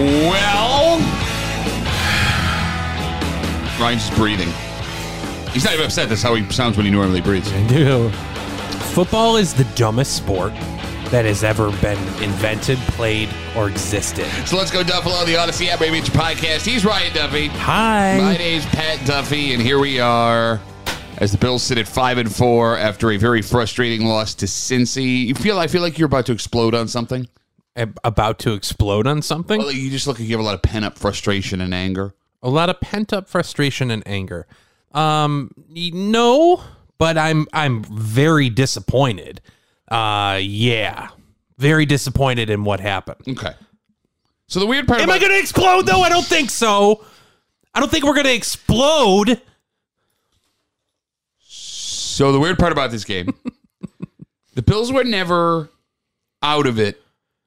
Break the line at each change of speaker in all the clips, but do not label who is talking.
Well, Ryan's just breathing. He's not even upset. That's how he sounds when he normally breathes.
Dude, football is the dumbest sport that has ever been invented, played, or existed.
So let's go Duffalo, the Odyssey app, Baby It's your podcast. He's Ryan Duffy. My
Hi.
name's Pat Duffy, and here we are as the Bills sit at five and four after a very frustrating loss to Cincy. You feel I feel like you're about to explode on something.
Ab- About to explode on something?
Well, you just look like you have a lot of pent up frustration and anger.
A lot of pent up frustration and anger. Um, y- no, but I'm I'm very disappointed. Uh, yeah, very disappointed in what happened.
Okay. So the weird part
Am
about
I going to explode though? I don't think so. I don't think we're going to explode.
So the weird part about this game, the Bills were never out of it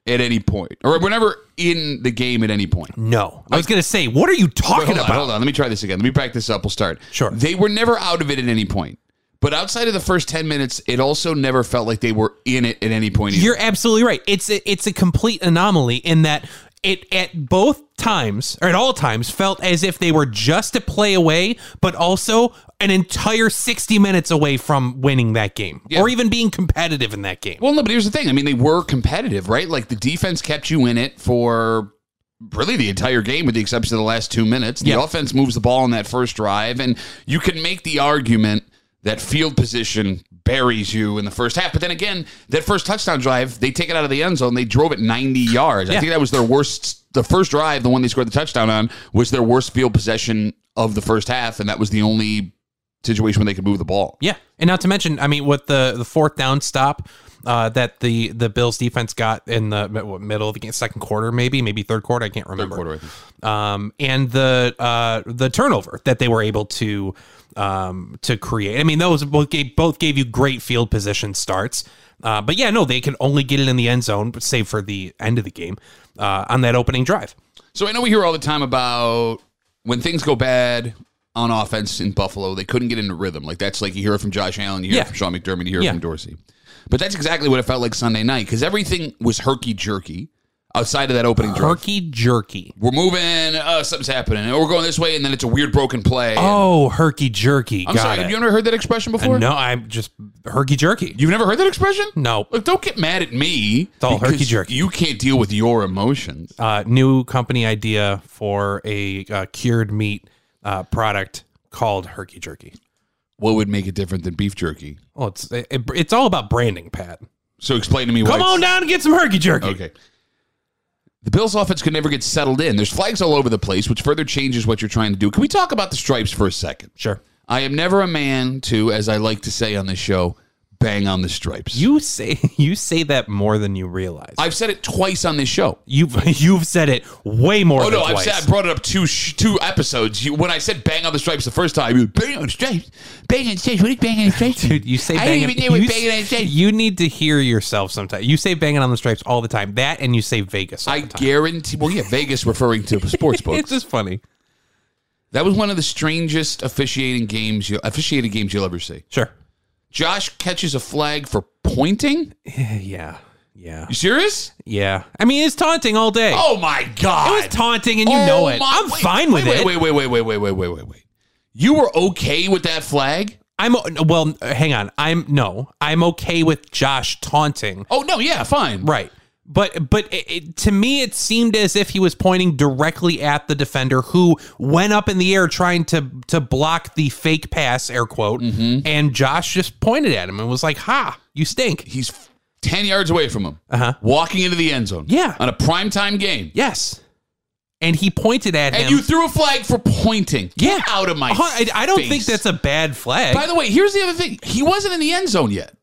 at any point, or were never in the game at any point.
No, I was going to say, what are you talking
Hold on,
about?
hold on. Let me try this again. Let me back this up. We'll start.
Sure.
They were never out of it at any point. But outside of the first 10 minutes, it also never felt like they were in it at any point. either.
You're absolutely right. It's a, it's a complete anomaly in that it at both times or at all times felt as if they were just a play away, but also an entire 60 minutes away from winning that game or even being competitive in that game.
Well, no, but here's the thing. I mean, they were competitive, right? Like the defense kept you in it for really the entire game, with the exception of the last two minutes. The
Yeah.
offense moves the ball on that first drive, and you can make the argument that field position buries you in the first half. But then again, that first touchdown drive, they take it out of the end zone. They drove it 90 yards. I
Yeah.
think that was their worst. The first drive, the one they scored the touchdown on, was their worst field possession of the first half, and that was the only situation where they could move the ball.
Yeah, and not to mention, I mean, with the the fourth down stop uh, that the the Bills defense got in the mi- what, middle of the game, second quarter, maybe maybe third quarter, I can't remember.
quarter, I think.
um, and the uh, the turnover that they were able to um, to create. I mean, those both gave both gave you great field position starts. Uh, but yeah, no, they can only get it in the end zone, save for the end of the game uh, on that opening drive.
So I know we hear all the time about when things go bad on offense in Buffalo, they couldn't get into rhythm. Like that's like you hear it from Josh Allen, you hear
Yeah.
it from Sean McDermott, you hear
Yeah.
it from Dorsey. But that's exactly what it felt like Sunday night because everything was herky jerky outside of that opening drive.
Herky jerky.
We're moving, uh, something's happening, or we're going this way, and then it's a weird broken play.
Oh, herky jerky.
I'm
Got
sorry,
it.
have you ever heard that expression before?
no, I'm just herky jerky.
You've never heard that expression?
No.
Look, don't get mad at me. It's
all herky-jerky.
You can't deal with your emotions.
uh, new company idea for a uh, cured meat uh, product called Herky Jerky.
What would make it different than beef jerky?
Well, it's it, it's all about branding, Pat.
So explain to me.
Come
why
on down and get some Herky Jerky.
Okay. The Bills' offense could never get settled in. There's flags all over the place, which further changes what you're trying to do. Can we talk about the stripes for a second?
Sure.
I am never a man to, as I like to say on this show, bang on the stripes.
You say you say that more than you realize.
I've said it twice on this show.
you've you've said it way more.
Oh
than
no! I've
twice.
said I brought it up two sh- two episodes. You, when I said "bang on the stripes" the first time, you were, bang on the stripes, bang on the stripes. What is bang on the stripes?
Dude, you say
I
banging,
didn't even know what
you,
banging on the
s-
stripes.
you need to hear yourself sometimes. You say banging on the stripes all the time. That and you say Vegas. All
I
the time.
guarantee. Well, yeah, Vegas referring to sports books.
It's just funny.
That was one of the strangest officiating games you officiated games you'll ever see.
Sure.
Josh catches a flag for pointing.
Eh, Yeah. Yeah.
You serious?
Yeah. I mean, it's taunting all day.
Oh my god! Oh
It was taunting, and you know it. I'm fine with
wait,
it.
Wait, wait, wait, wait, wait, wait, wait, wait, wait. You were okay with that flag?
I'm well. Hang on. I'm no. I'm okay with Josh taunting.
Oh no, yeah, fine.
Right. But but it, it, to me, it seemed as if he was pointing directly at the defender who went up in the air trying to to block the fake pass, air quote.
Mm-hmm.
And Josh just pointed at him and was like, "Ha, you stink."
He's f- ten yards away from him, uh-huh. walking into the end zone.
Yeah.
on a primetime game.
Yes. And he pointed at
And
him.
you threw a flag for pointing. Get out of my.
Uh-huh. I, I don't think
face.
that's a bad flag.
By the way, here's the other thing. He wasn't in the end zone yet,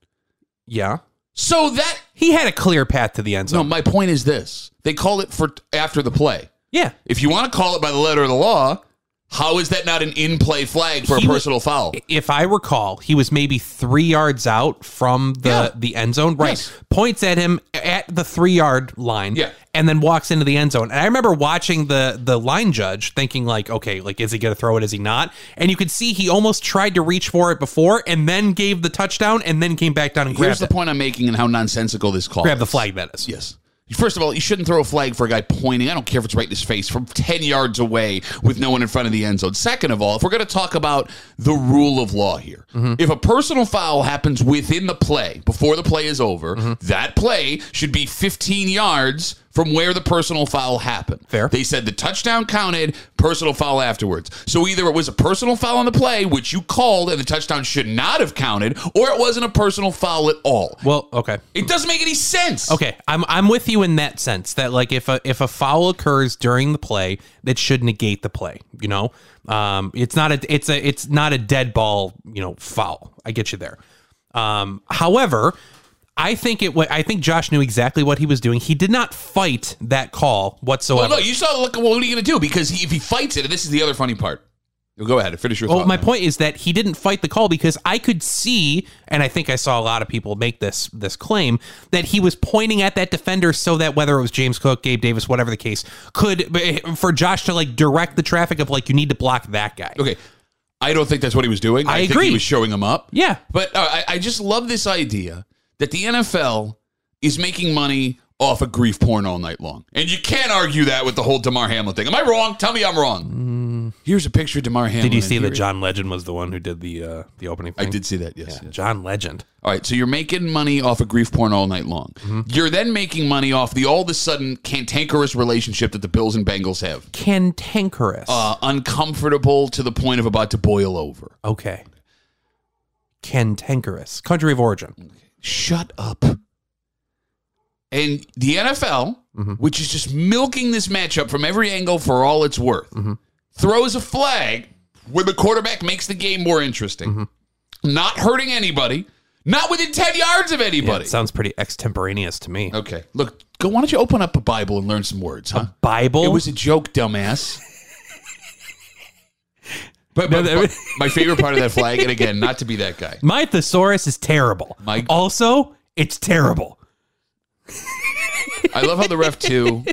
yeah.
so that.
He had a clear path to the end
No,
zone.
my point is this: they call it for after the play.
Yeah.
If you want to call it by the letter of the law, how is that not an in-play flag for
He
a
was-
personal foul?
if I recall, he was maybe three yards out from the,
Yeah.
the end zone. Right.
Yes.
Points at him at the three yard line.
Yeah.
And then walks into the end zone. And I remember watching the the line judge thinking like, okay, like is he gonna throw it? Is he not? And you could see he almost tried to reach for it before and then gave the touchdown and then came back down and
Here's
grabbed
the
it.
point I'm making and how nonsensical this call.
Grab the
is.
flag that is.
Yes. First of all, you shouldn't throw a flag for a guy pointing. I don't care if it's right in his face from 10 yards away with no one in front of the end zone. Second of all, if we're going to talk about the rule of law here,
Mm-hmm.
if a personal foul happens within the play before the play is over,
Mm-hmm.
that play should be 15 yards from where the personal foul happened.
Fair.
They said the touchdown counted, personal foul afterwards. So either it was a personal foul on the play, which you called, and the touchdown should not have counted, or it wasn't a personal foul at all.
Well, okay.
It doesn't make any sense.
Okay, I'm I'm with you in that sense that like if a if a foul occurs during the play, that should negate the play. You know, um, it's not a it's a it's not a dead ball. You know, foul. I get you there. Um, however, I think it. wa- I think Josh knew exactly what he was doing. He did not fight that call whatsoever.
Well, no, you saw. Look, what are you going to do? Because he, if he fights it, and this is the other funny part. Well, Go ahead. Finish your
Well,
thought.
Oh, my point is that he didn't fight the call because I could see, and I think I saw a lot of people make this this claim that he was pointing at that defender so that whether it was James Cook, Gabe Davis, whatever the case, could eh, for Josh to like direct the traffic of like you need to block that guy.
okay. I don't think that's what he was doing.
I
think
agree.
he was showing him up.
Yeah,
But uh, I, I just love this idea that the NFL is making money off of grief porn all night long. And you can't argue that with the whole DeMar Hamlin thing. Am I wrong? Tell me I'm wrong. Here's a picture of DeMar Hamlin.
Mm. did you see
Here
that
he-
John Legend was the one who did the uh, the opening?
I
Thing?
did see that, yes. yes.
John Legend.
All right, so you're making money off of grief porn all night long.
Mm-hmm.
You're then making money off the all of a sudden cantankerous relationship that the Bills and Bengals have.
Cantankerous.
uh, uncomfortable to the point of about to boil over.
okay. Cantankerous. Country of origin.
Shut up. And the NFL, which is just milking this matchup from every angle for all it's worth, throws a flag where the quarterback makes the game more interesting. Not hurting anybody, not within 10 yards of anybody.
It sounds pretty extemporaneous to me.
okay, look, go. Why don't you open up a Bible and learn some words, huh?
Bible.
It was a joke, dumbass. But, but-
that-
but my favorite part of that flag, and again, not to be that guy.
My thesaurus is terrible.
My-
also, it's terrible.
I love how the ref two.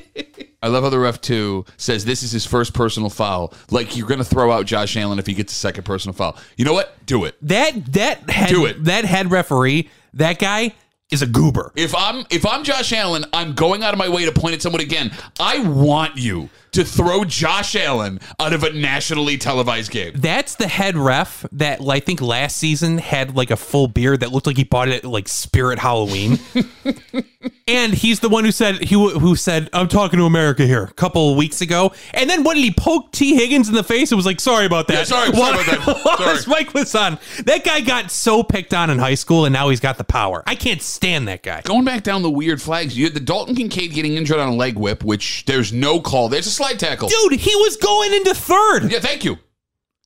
I love how the ref two says this is his first personal foul. Like you're going to throw out Josh Allen if he gets a second personal foul. You know what? Do it.
That that head,
Do it.
that head referee, that guy is a goober.
If I'm if I'm Josh Allen, I'm going out of my way to point at someone again. I want you to throw Josh Allen out of a nationally televised game.
That's the head ref that I think last season had like a full beard that looked like he bought it at like Spirit Halloween. and he's the one who said he who said I'm talking to America here a couple of weeks ago. And then what did he poke T Higgins in the face? It was like sorry about that.
Yeah, sorry, sorry
While-
about that.
while
Sorry.
his mic was on. That guy got so picked on in high school, and now he's got the power. I can't stand that guy.
Going back down the weird flags, you had the Dalton Kincaid getting injured on a leg whip, which there's no call. There's a slide tackle.
dude, he was going into third.
Yeah, thank you.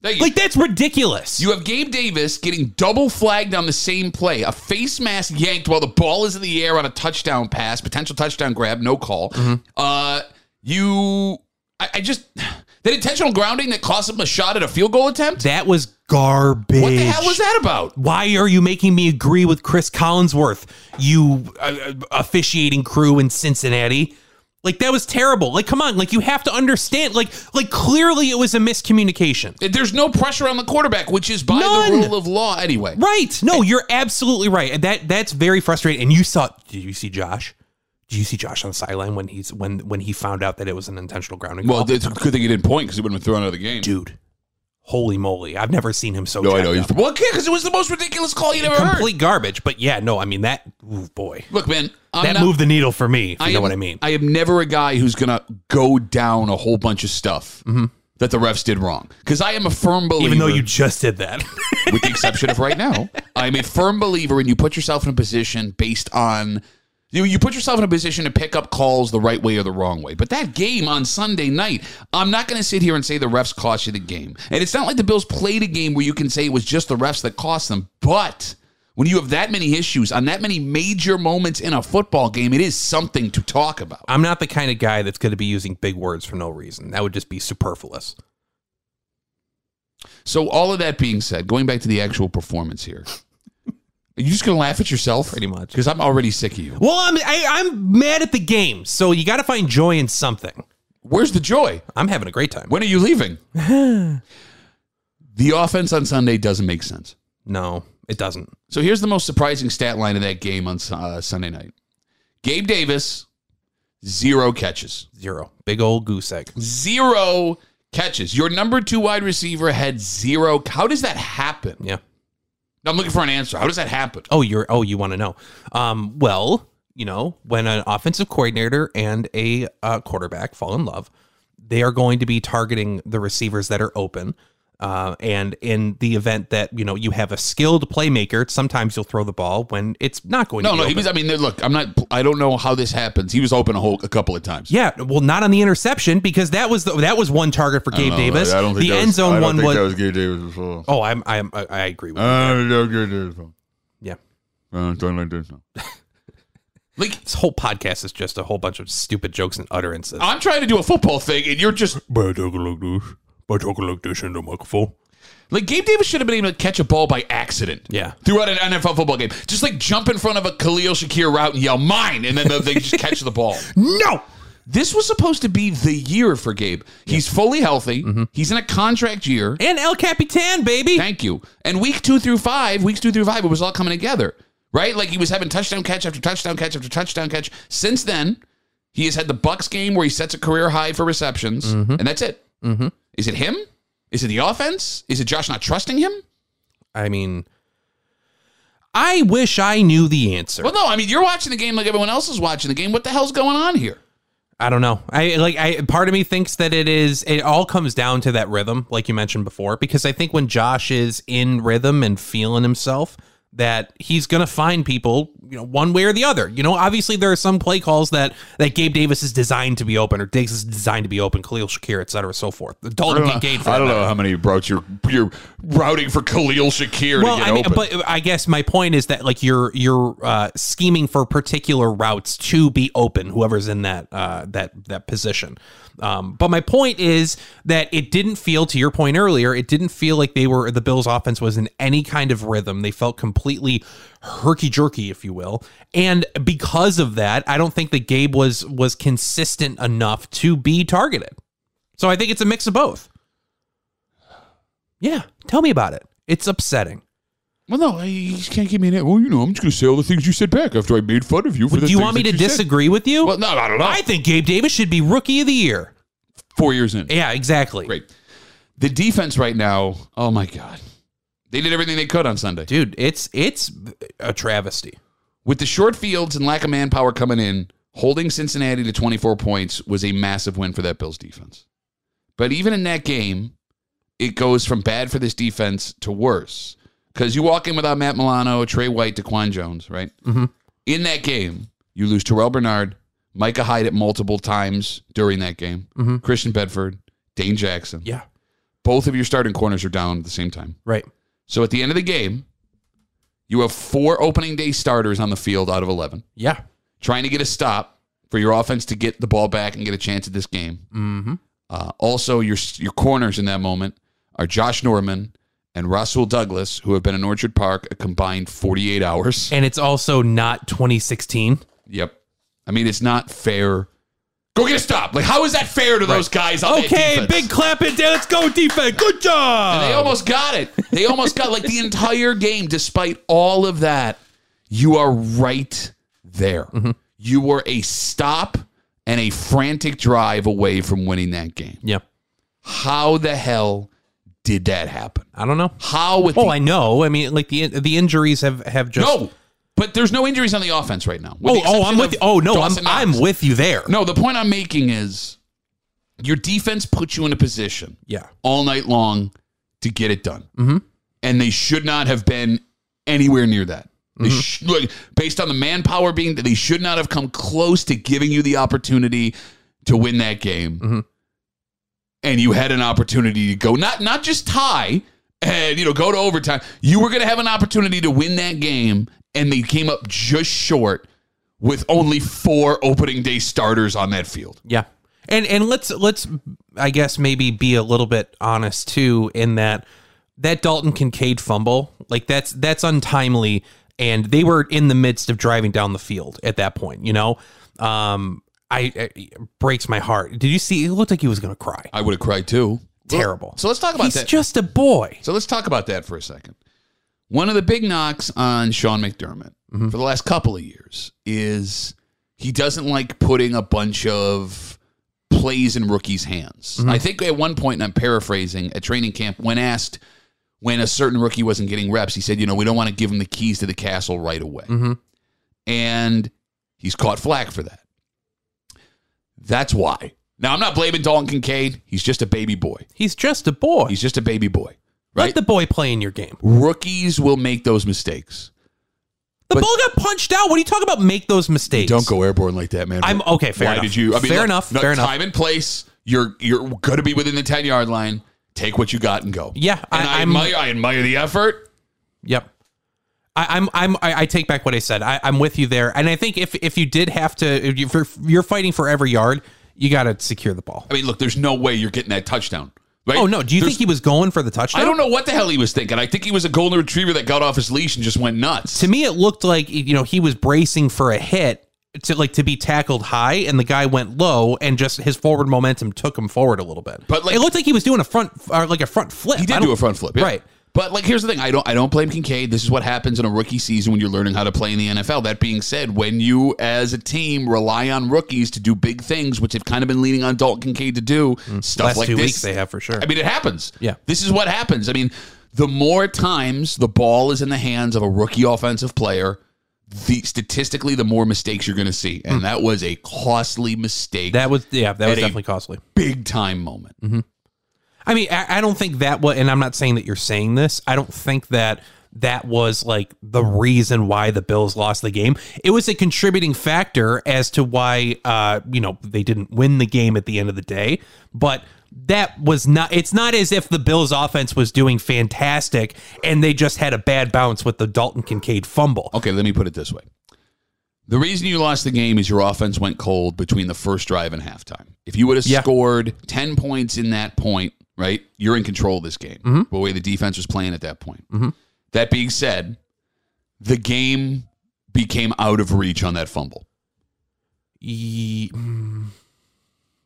Thank you.
Like that's ridiculous.
You have Gabe Davis getting double flagged on the same play, a face mask yanked while the ball is in the air on a touchdown pass, potential touchdown grab, no call.
Mm-hmm.
Uh, you, I, I just that intentional grounding that cost him a shot at a field goal attempt.
that was garbage.
What the hell was that about?
Why are you making me agree with Chris Collinsworth? You uh, uh, officiating crew in Cincinnati. Like that was terrible. Like come on, like you have to understand. Like like clearly it was a miscommunication.
There's no pressure on the quarterback, which is by
None.
the rule of law anyway.
Right. No, you're absolutely right. And that that's very frustrating. And you saw did you see Josh? Did you see Josh on the sideline when he's when when he found out that it was an intentional grounding?
Well,
call?
it's a good thing he didn't point because he would have been thrown out of the game.
dude. Holy moly. I've never seen him so
No, I
jacked
know.
up.
He's, well, yeah, because it was the most ridiculous call you'd ever heard.
complete garbage. But yeah, no, I mean that. Ooh, boy,
Look, man, I'm
that
not,
moved the needle for me. If you know
am-
what I mean?
I am never a guy who's gonna go down a whole bunch of stuff that the refs did wrong because I am a firm believer.
Mm-hmm. Even though you just did that,
with the exception of right now, I'm a firm believer in you put yourself in a position based on. You, you put yourself in a position to pick up calls the right way or the wrong way. But that game on Sunday night, I'm not going to sit here and say the refs cost you the game. And it's not like the Bills played a game where you can say it was just the refs that cost them. But when you have that many issues on that many major moments in a football game, it is something to talk about.
I'm not the kind of guy that's going to be using big words for no reason. That would just be superfluous.
So all of that being said, going back to the actual performance here, are you just gonna laugh at yourself?
Pretty much.
Because I'm already sick of you.
Well, I'm I, I'm mad at the game, so you got to find joy in something.
Where's the joy?
I'm having a great time.
When are you leaving? the offense on Sunday doesn't make sense.
No, it doesn't.
So here's the most surprising stat line of that game on Su- uh, Sunday night. Gabe Davis zero catches.
Zero. Big old goose egg.
Zero catches. Your number two wide receiver had zero. How does that happen?
Yeah.
I'm looking for an answer. How does that happen?
Oh, you're oh, you want to know. Um, well, you know, when an offensive coordinator and a uh, quarterback fall in love, they are going to be targeting the receivers that are open. Uh, and in the event that you know you have a skilled playmaker, sometimes you'll throw the ball when it's not going
No,
to. Be
no, he
open.
was. I mean, look, I'm not. I don't know how this happens. He was open a whole a couple of times.
Yeah, well, not on the interception because that was the, that was one target for Gabe Davis.
I don't think
the
that
end
was- I
zone
don't
one
think
was.
that was Gabe Davis before.
oh, I'm, I'm I I agree with. you.
I don't think that was Gabe Davis before.
yeah,
I don't think like this. no.
Like
this whole podcast is just a whole bunch of stupid jokes and utterances.
I'm trying to do a football thing, and you're just
By talking like this, by talking like this in the microphone.
like Gabe Davis should have been able to catch a ball by accident.
Yeah.
Throughout an NFL football game, just like jump in front of a Khalil Shakir route and yell mine, and then they- they just catch the ball.
No.
This was supposed to be the year for Gabe. He's fully healthy.
Mm-hmm.
He's in a contract year.
And El Capitan, baby.
Thank you. And week two through five, weeks two through five, it was all coming together, right? Like he was having touchdown catch after touchdown catch after touchdown catch. Since then, he has had the Bucks game where he sets a career high for receptions, and that's it. Mm-hmm. Is it him? Is it the offense? Is it Josh not trusting him?
I mean, I wish I knew the answer.
Well, no. I mean, you're watching the game like everyone else is watching the game. What the hell's going on here?
I don't know. I like I part of me thinks that it is it all comes down to that rhythm like you mentioned before because I think when Josh is in rhythm and feeling himself that he's going to find people, you know, one way or the other. You know, obviously there are some play calls that that Gabe Davis is designed to be open or Diggs is designed to be open, Khalil Shakir, et cetera, so forth. Dalton Kincaid for
I
that
don't
matter.
know how many routes you're you're routing for Khalil Shakir
Well,
to get
I mean,
open.
but I guess my point is that like you're you're uh, scheming for particular routes to be open, whoever's in that uh, that that position. Um, but my point is that it didn't feel, to your point earlier, it didn't feel like they were the Bills' offense was in any kind of rhythm. They felt completely herky jerky, if you will, and because of that, I don't think that Gabe was was consistent enough to be targeted. So I think it's a mix of both. Yeah, tell me about it. It's upsetting.
Well, no. You just can't give me an answer. Well, you know, I'm just going to say all the things you said back after I made fun of you for
Do you want me to disagree with you?
Well, no, I don't know.
I think Gabe Davis should be rookie of the year.
Four years in.
Yeah, exactly.
Great. The defense right now, oh my God. They did everything they could on Sunday.
Dude, it's it's a travesty.
With the short fields and lack of manpower coming in, holding Cincinnati to 24 points was a massive win for that Bills defense. But even in that game, it goes from bad for this defense to worse. Because you walk in without Matt Milano, Trey White, Daquan Jones, right? Mm-hmm. In that game, you lose Terrell Bernard, Micah Hyde at multiple times during that game, Christian Bedford, Dane Jackson.
Yeah.
Both of your starting corners are down at the same time.
Right.
So at the end of the game, you have four opening day starters on the field out of 11,
Yeah.
trying to get a stop for your offense to get the ball back and get a chance at this game. Mm-hmm. Uh, also, your your corners in that moment are Josh Norman and Russell Douglas, who have been in Orchard Park a combined 48 hours.
And it's also not 2016.
Yep. I mean, it's not fair. Go get a stop. Like, how is that fair to those guys? On that
Okay,
defense?
big clap it down. Let's go defense. Good
And they
job.
almost got it. They almost got like the entire game, despite all of that. You are right there.
Mm-hmm.
You were a stop and a frantic drive away from winning that game.
Yeah.
How the hell did that happen?
I don't know.
How with
Oh,
the,
I know. I mean, like the the injuries have have just
no? But there's no injuries on the offense right now. With
Oh,
the
oh, I'm
exception
with you.
of
Oh, no, I'm
Dawson Knox.
I'm with you there.
No, the point I'm making is your defense puts you in a position
Yeah.
all night long to get it done. Mm-hmm. And they should not have been anywhere near that. They sh- like, based on the manpower being, they should not have come close to giving you the opportunity to win that game. And you had an opportunity to go not not just tie and you know go to overtime. You were going to have an opportunity to win that game, and they came up just short with only four opening day starters on that field.
Yeah. And and let's let's I guess maybe be a little bit honest too in that that Dalton Kincaid fumble, like that's that's untimely and they were in the midst of driving down the field at that point, you know? Um I it breaks my heart. Did you see it looked like he was going to cry.
I would have cried too.
Terrible.
So let's talk about
He's
that.
just a boy.
So let's talk about that for a second. One of the big knocks on Sean McDermott for the last couple of years is he doesn't like putting a bunch of plays in rookies' hands. I think at one point, and I'm paraphrasing, at training camp, when asked when a certain rookie wasn't getting reps, he said, you know, we don't want to give him the keys to the castle right away. And he's caught flack for that. That's why. Now, I'm not blaming Dalton Kincaid. He's just a baby boy.
He's just a boy.
He's just a baby boy,
Let
right?
the boy play in your game.
Rookies will make those mistakes.
The
But-
ball got punched out. What are you talking about? Make those mistakes.
Don't go airborne like that, man.
I'm okay. Fair
Why
enough.
did you? I mean,
fair
look,
enough.
no,
fair enough.
Time and place. You're you're gonna be within the ten yard line. Take what you got and go.
Yeah,
and
I-
I,
I'm-
admire. I admire the effort.
Yep. I, I'm I'm I, I take back what I said. I, I'm with you there, and I think if if you did have to, if you- if you're, you're fighting for every yard, you got to secure the ball.
I mean, look, there's no way you're getting that touchdown. Right?
Oh no! Do you
There's-
think he was going for the touchdown?
I don't know what the hell he was thinking. I think he was a golden retriever that got off his leash and just went nuts.
To me, it looked like you know he was bracing for a hit to like to be tackled high, and the guy went low, and just his forward momentum took him forward a little bit.
But, like-
it looked like he was doing a front or like a front flip.
He
I
did
don't-
do a front flip, yeah.
Right.
But like, here's the thing: I don't, I don't blame Kincaid. This is what happens in a rookie season when you're learning how to play in the NFL. That being said, when you as a team rely on rookies to do big things, which have kind of been leaning on Dalton Kincaid to do stuff
Mm. Last
like
two
this,
weeks they have for sure.
I mean, it happens.
Yeah.
This is what happens. I mean, the more times the ball is in the hands of a rookie offensive player, the statistically the more mistakes you're going to see, and that was a costly mistake,
Mm. that was yeah, that was
a-
definitely costly.
big time moment.
I mean, I, I don't think that was, and I'm not saying that you're saying this. I don't think that that was like the reason why the Bills lost the game. It was a contributing factor as to why, uh, you know, they didn't win the game at the end of the day. But that was not, it's not as if the Bills offense was doing fantastic and they just had a bad bounce with the Dalton Kincaid fumble.
Okay, let me put it this way. The reason you lost the game is your offense went cold between the first drive and halftime. If you would have
Yeah.
scored 10 points in that point, right, you're in control of this game, the way the defense was playing at that point. That being said, the game became out of reach on that fumble.
Ye- mm,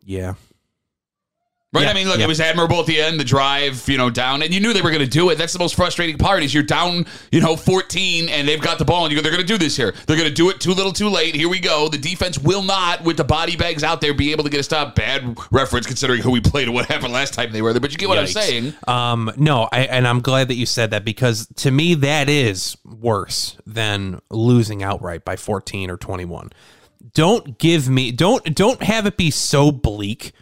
Yeah.
Right?
Yeah,
I mean, look,
yeah.
it was admirable at the end, the drive, you know, down, and you knew they were going to do it. That's the most frustrating part is you're down, you know, 14, and they've got the ball, and you go, they're going to do this here. They're going to do it too little, too late. Here we go. The defense will not, with the body bags out there, be able to get a stop. Bad reference considering who we played and what happened last time they were there, but you get what I'm
Yikes.
saying.
Um, no, I, and I'm glad that you said that because to me that is worse than losing outright by 14 or 21. Don't give me don't don't have it be so bleak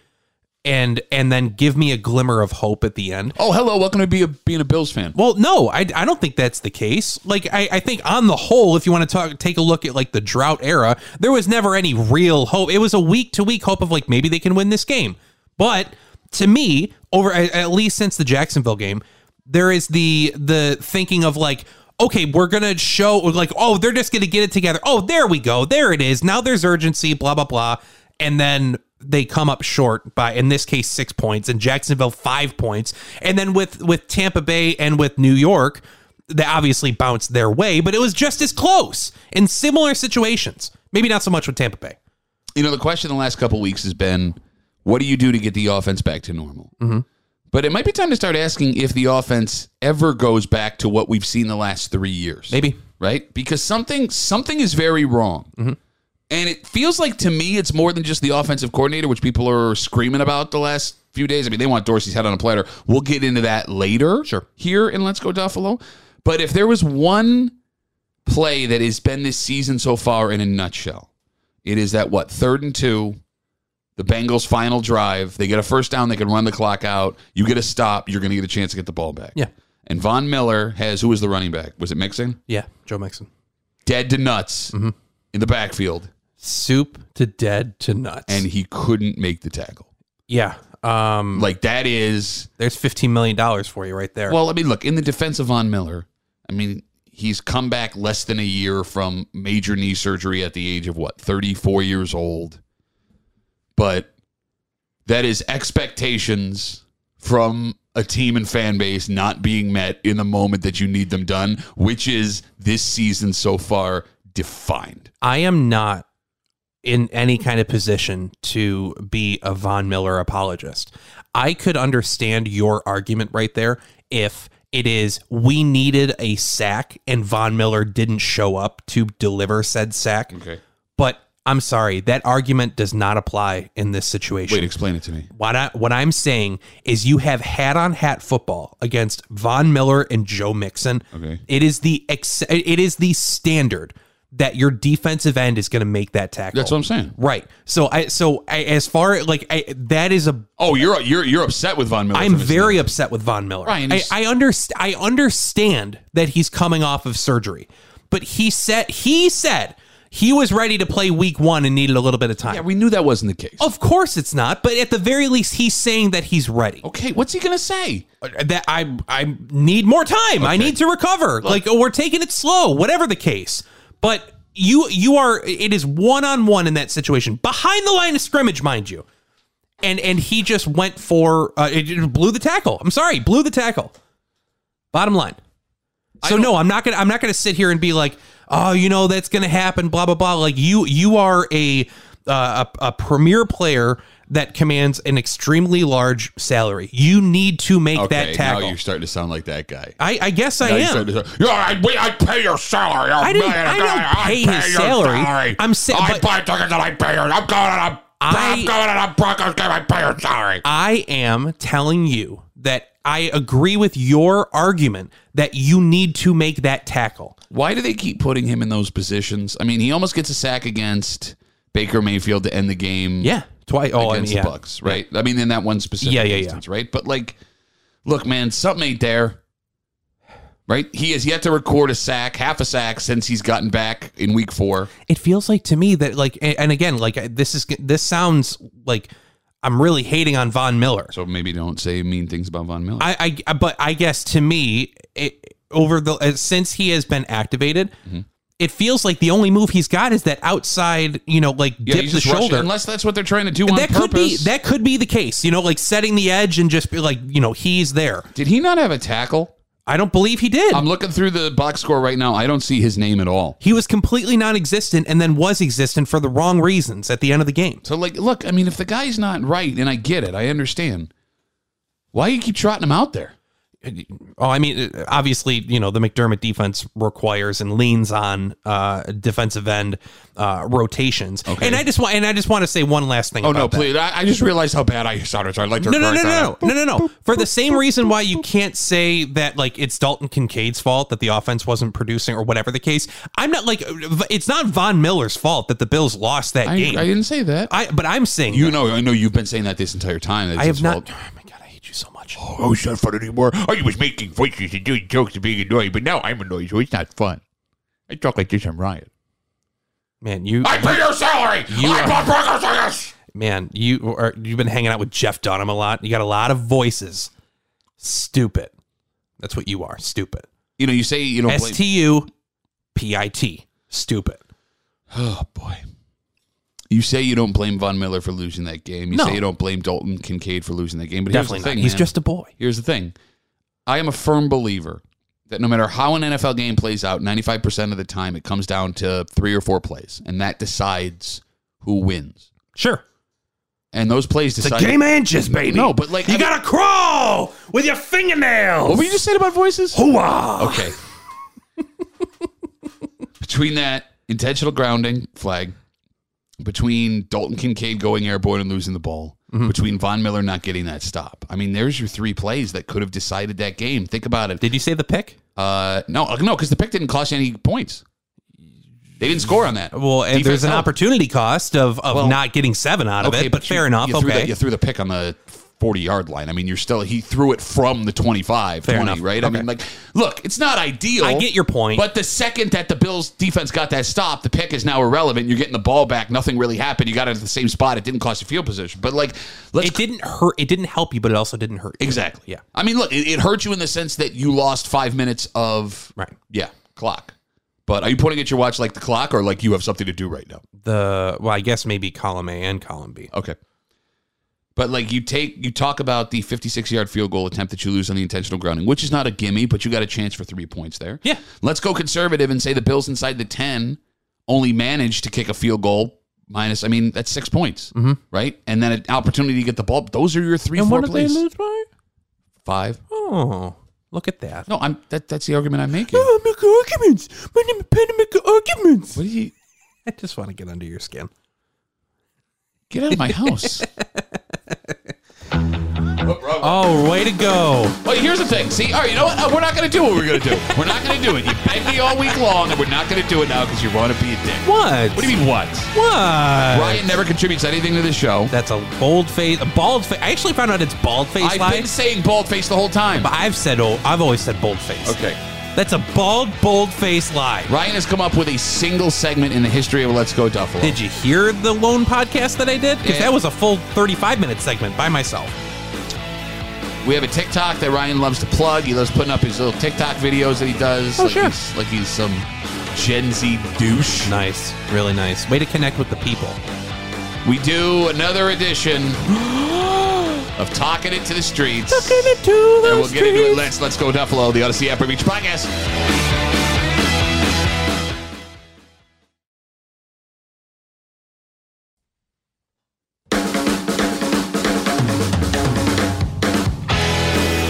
and and then give me a glimmer of hope at the end.
Oh, hello. Welcome to be a, being a Bills fan.
Well, no, I, I don't think that's the case. Like I, I think on the whole, if you want to talk take a look at like the drought era, there was never any real hope. It was a week to week hope of like maybe they can win this game. But to me, over at at least since the Jacksonville game, there is the the thinking of like okay, we're going to show like oh, they're just going to get it together. Oh, there we go. There it is. Now there's urgency, blah blah blah. And then they come up short by in this case 6 points and Jacksonville 5 points. And then with with Tampa Bay and with New York, they obviously bounced their way, but it was just as close in similar situations. Maybe not so much with Tampa Bay.
you know, the question the last couple weeks has been, what do you do to get the offense back to normal? Mm-hmm. But it might be time to start asking if the offense ever goes back to what we've seen the last three years.
Maybe.
right? Because something something is very wrong. And it feels like to me it's more than just the offensive coordinator, which people are screaming about the last few days. I mean, they want Dorsey's head on a platter. We'll get into that later. Sure. Here in Let's Go Duffalo. But if there was one play that has been this season so far in a nutshell, it is that what, third and two, the Bengals' final drive. They get a first down, they can run the clock out. You get a stop, you're gonna get a chance to get the ball back.
Yeah.
And Von Miller has who was the running back? Was it Mixon?
Yeah, Joe Mixon.
dead to nuts in the backfield,
Soup to dead to nuts.
and he couldn't make the tackle.
yeah, um
Like that is
there's 15 million dollars for you right there.
well. I mean, look in the defense of Von Miller. I mean, he's come back less than a year from major knee surgery at the age of what thirty four years old, but that is expectations from a team and fan base not being met in the moment that you need them done, which is this season so far defined.
I am not in any kind of position to be a Von Miller apologist. I could understand your argument right there if it is we needed a sack and Von Miller didn't show up to deliver said sack.
Okay.
But I'm sorry, that argument does not apply in this situation.
Wait, explain it to me.
What I what I'm saying is you have hat on hat football against Von Miller and Joe Mixon.
Okay.
It is the ex- it is the standard that your defensive end is going to make that tackle.
That's what I'm saying.
Right. So I so I, as far like I, that is a
Oh, you're you're you're upset with Von Miller.
I'm
for this
very upset with Von Miller.
Ryan,
I,
he's-
I understand. I understand that he's coming off of surgery, but he said he said he was ready to play Week One and needed a little bit of time.
Yeah, we knew that wasn't the case. Oh,
of course, it's not. But at the very least, he's saying that he's ready.
Okay, what's he gonna say?
That I I need more time. I need to recover. Like oh, we're taking it slow, whatever the case. But you you are it is one on one in that situation behind the line of scrimmage, mind you. And and he just went for uh, it it blew the tackle. I'm sorry, blew the tackle. Bottom line. So no, I'm not gonna I'm not gonna sit here and be like, oh, you know that's gonna happen, blah blah blah. Like you you are a uh, a, a premier player that commands an extremely large salary. You need to make
Okay,
that
now
tackle.
you're starting to sound like that guy.
I, I guess I
Now you're
am.
starting to sound- "Yeah, I, we- I pay your salary.
I didn't- I don't pay his
your
salary. I'm sa-
I
but-
buy tickets and I pay your. I'm going and I'm,
I-
I'm going and I'm Broncos game. I pay your salary.
I am telling you that I agree with your argument that you need to make that tackle.
Why do they keep putting him in those positions? I mean, he almost gets a sack against Baker Mayfield to end the game.
Yeah, twice. Oh, I mean,
against
yeah.
the Bucks, right? I mean, in that one specific
Yeah, yeah, yeah.
instance, right? But like, look, man, something ain't there, right? He has yet to record a sack, half a sack since he's gotten back in Week Four.
it feels like to me that like a- and again like I- this is this sounds like i'm really hating on von miller
So maybe don't say mean things about Von Miller.
i i but i guess to me it, over the uh, since he has been activated
Mm-hmm.
it feels like the only move he's got is that outside you know like
Yeah,
dip
you
the
just rush it,
shoulder
unless that's what they're trying to do on
that
purpose.
could be that could be the case you know like setting the edge and just be like you know he's there
Did he not have a tackle?
i don't believe he did
I'm looking through the box score right now. I don't see his name at all.
he was completely non-existent and then was existent for the wrong reasons at the end of the game
So like, look, I mean, if the guy's not right, and I get it, I understand. Why you keep trotting him out there?
Oh, I mean, uh, obviously, you know the McDermott defense requires and leans on uh, defensive end uh, rotations. And I just want and I just want to say one last thing.
Oh
about
no,
that.
please! I, I just realized how bad I sounded. So I'd like to.
No, no, no,
correct that.
no, no, no, no, no. For the same reason why you can't say that like it's Dalton Kincaid's fault that the offense wasn't producing or whatever the case. I'm not like it's not Von Miller's fault that the Bills lost that
I,
game.
I
I,
didn't say that.
but I'm saying
You know, I know you've been saying that this entire time. That it's
I have
his
not.
fault.
Oh my god, I hate you so much.
Oh, it's not fun anymore. I was making voices and doing jokes and being annoying, but now I'm annoyed, so it's not fun. I talk like this, I'm Ryan.
Man, you
I pay your salary! I bought Broncos tickets!
man, you are you've been hanging out with Jeff Dunham a lot. You got a lot of voices. Stupid. That's what you are. Stupid.
You know, you say you don't.
S
Blame,
T U P I T. Stupid.
oh boy. You say you don't blame Von Miller for losing that game. You
No.
say you don't blame Dalton Kincaid for losing that game. But
Definitely
here's
not.
the thing,
He's
man.
just a boy.
Here's the thing. I am a firm believer that no matter how an NFL game plays out, 95% of the time it comes down to three or four plays, and that decides who wins.
Sure.
And those plays decide.
inches, baby.
No, but like I mean-
gotta crawl with your fingernails.
What were you just saying about voices?
Hoo-ah.
Okay. between that intentional grounding flag, between Dalton Kincaid going airborne and losing the ball,
Mm-hmm.
between Von Miller not getting that stop. I mean, there's your three plays that could have decided that game. Think about it.
Did you say the pick?
Uh, no, no, because the pick didn't cost you any points. They didn't score on that.
Well, and
Defense
there's an
held.
opportunity cost of, of not getting seven out of it, but,
you-
fair enough.
You threw,
okay.
the, you threw the pick on the 40 yard line. I mean, you're still, he threw it from the 25,
Fair
20,
enough.
right? I mean, like, look, it's not ideal.
I get your point.
But the second that the Bills defense got that stop, the pick is now irrelevant. You're getting the ball back. Nothing really happened. You got it at the same spot. It didn't cost you field position. But, like, let's.
it didn't hurt it didn't help you, but it also didn't hurt you.
exactly.
Yeah.
I mean, look, it, it hurt you in the sense that you lost five minutes of,
Right.
yeah, clock. But are you pointing at your watch like the clock or like you have something to do right now?
The well, I guess maybe column A and column B.
Okay. But like you take you talk about the 56 yard field goal attempt that you lose on the intentional grounding, which is not a gimme, but you got a chance for three points there.
Yeah.
Let's go conservative and say the Bills inside the 10 only managed to kick a field goal minus. I mean that's six points, right? And then an opportunity to get the ball. Those are your three four plays.
by?
Five.
Oh, look at that.
No, I'm that, that's the argument I'm making.
make arguments. My name is Penny make arguments.
What do you?
I just want to get under your skin.
Get out of my house.
Oh, way to go.
Well, here's the thing. See, all right, you know what? Uh, We're not going to do what we're going to do. Uh, We're not going to do it. You begged me all week long, and we're not going to do it now because you want to be a dick.
What?
What do you mean, what?
What? Uh,
Ryan never contributes anything to this show.
That's a bold face, a bald face. I actually found out it's bald face
I've
line,
been saying bald face the whole time.
but I've said oh, I've always said bold face.
Okay.
That's a bald, bold face lie.
Ryan has come up with a single segment in the history of Let's Go Duffalo.
Did you hear the lone podcast that I did? Because
Yeah.
that was a full 35 minute segment by myself.
We have a TikTok that Ryan loves to plug. He loves putting up his little TikTok videos that he does.
Oh,
like
sure.
He's, like he's some Gen Z douche.
Nice. Really nice. Way to connect with the people.
We do another edition of Talking It to the Streets. and we'll get into it. Let's let's go Duffalo, the Odyssey After Beach Podcast.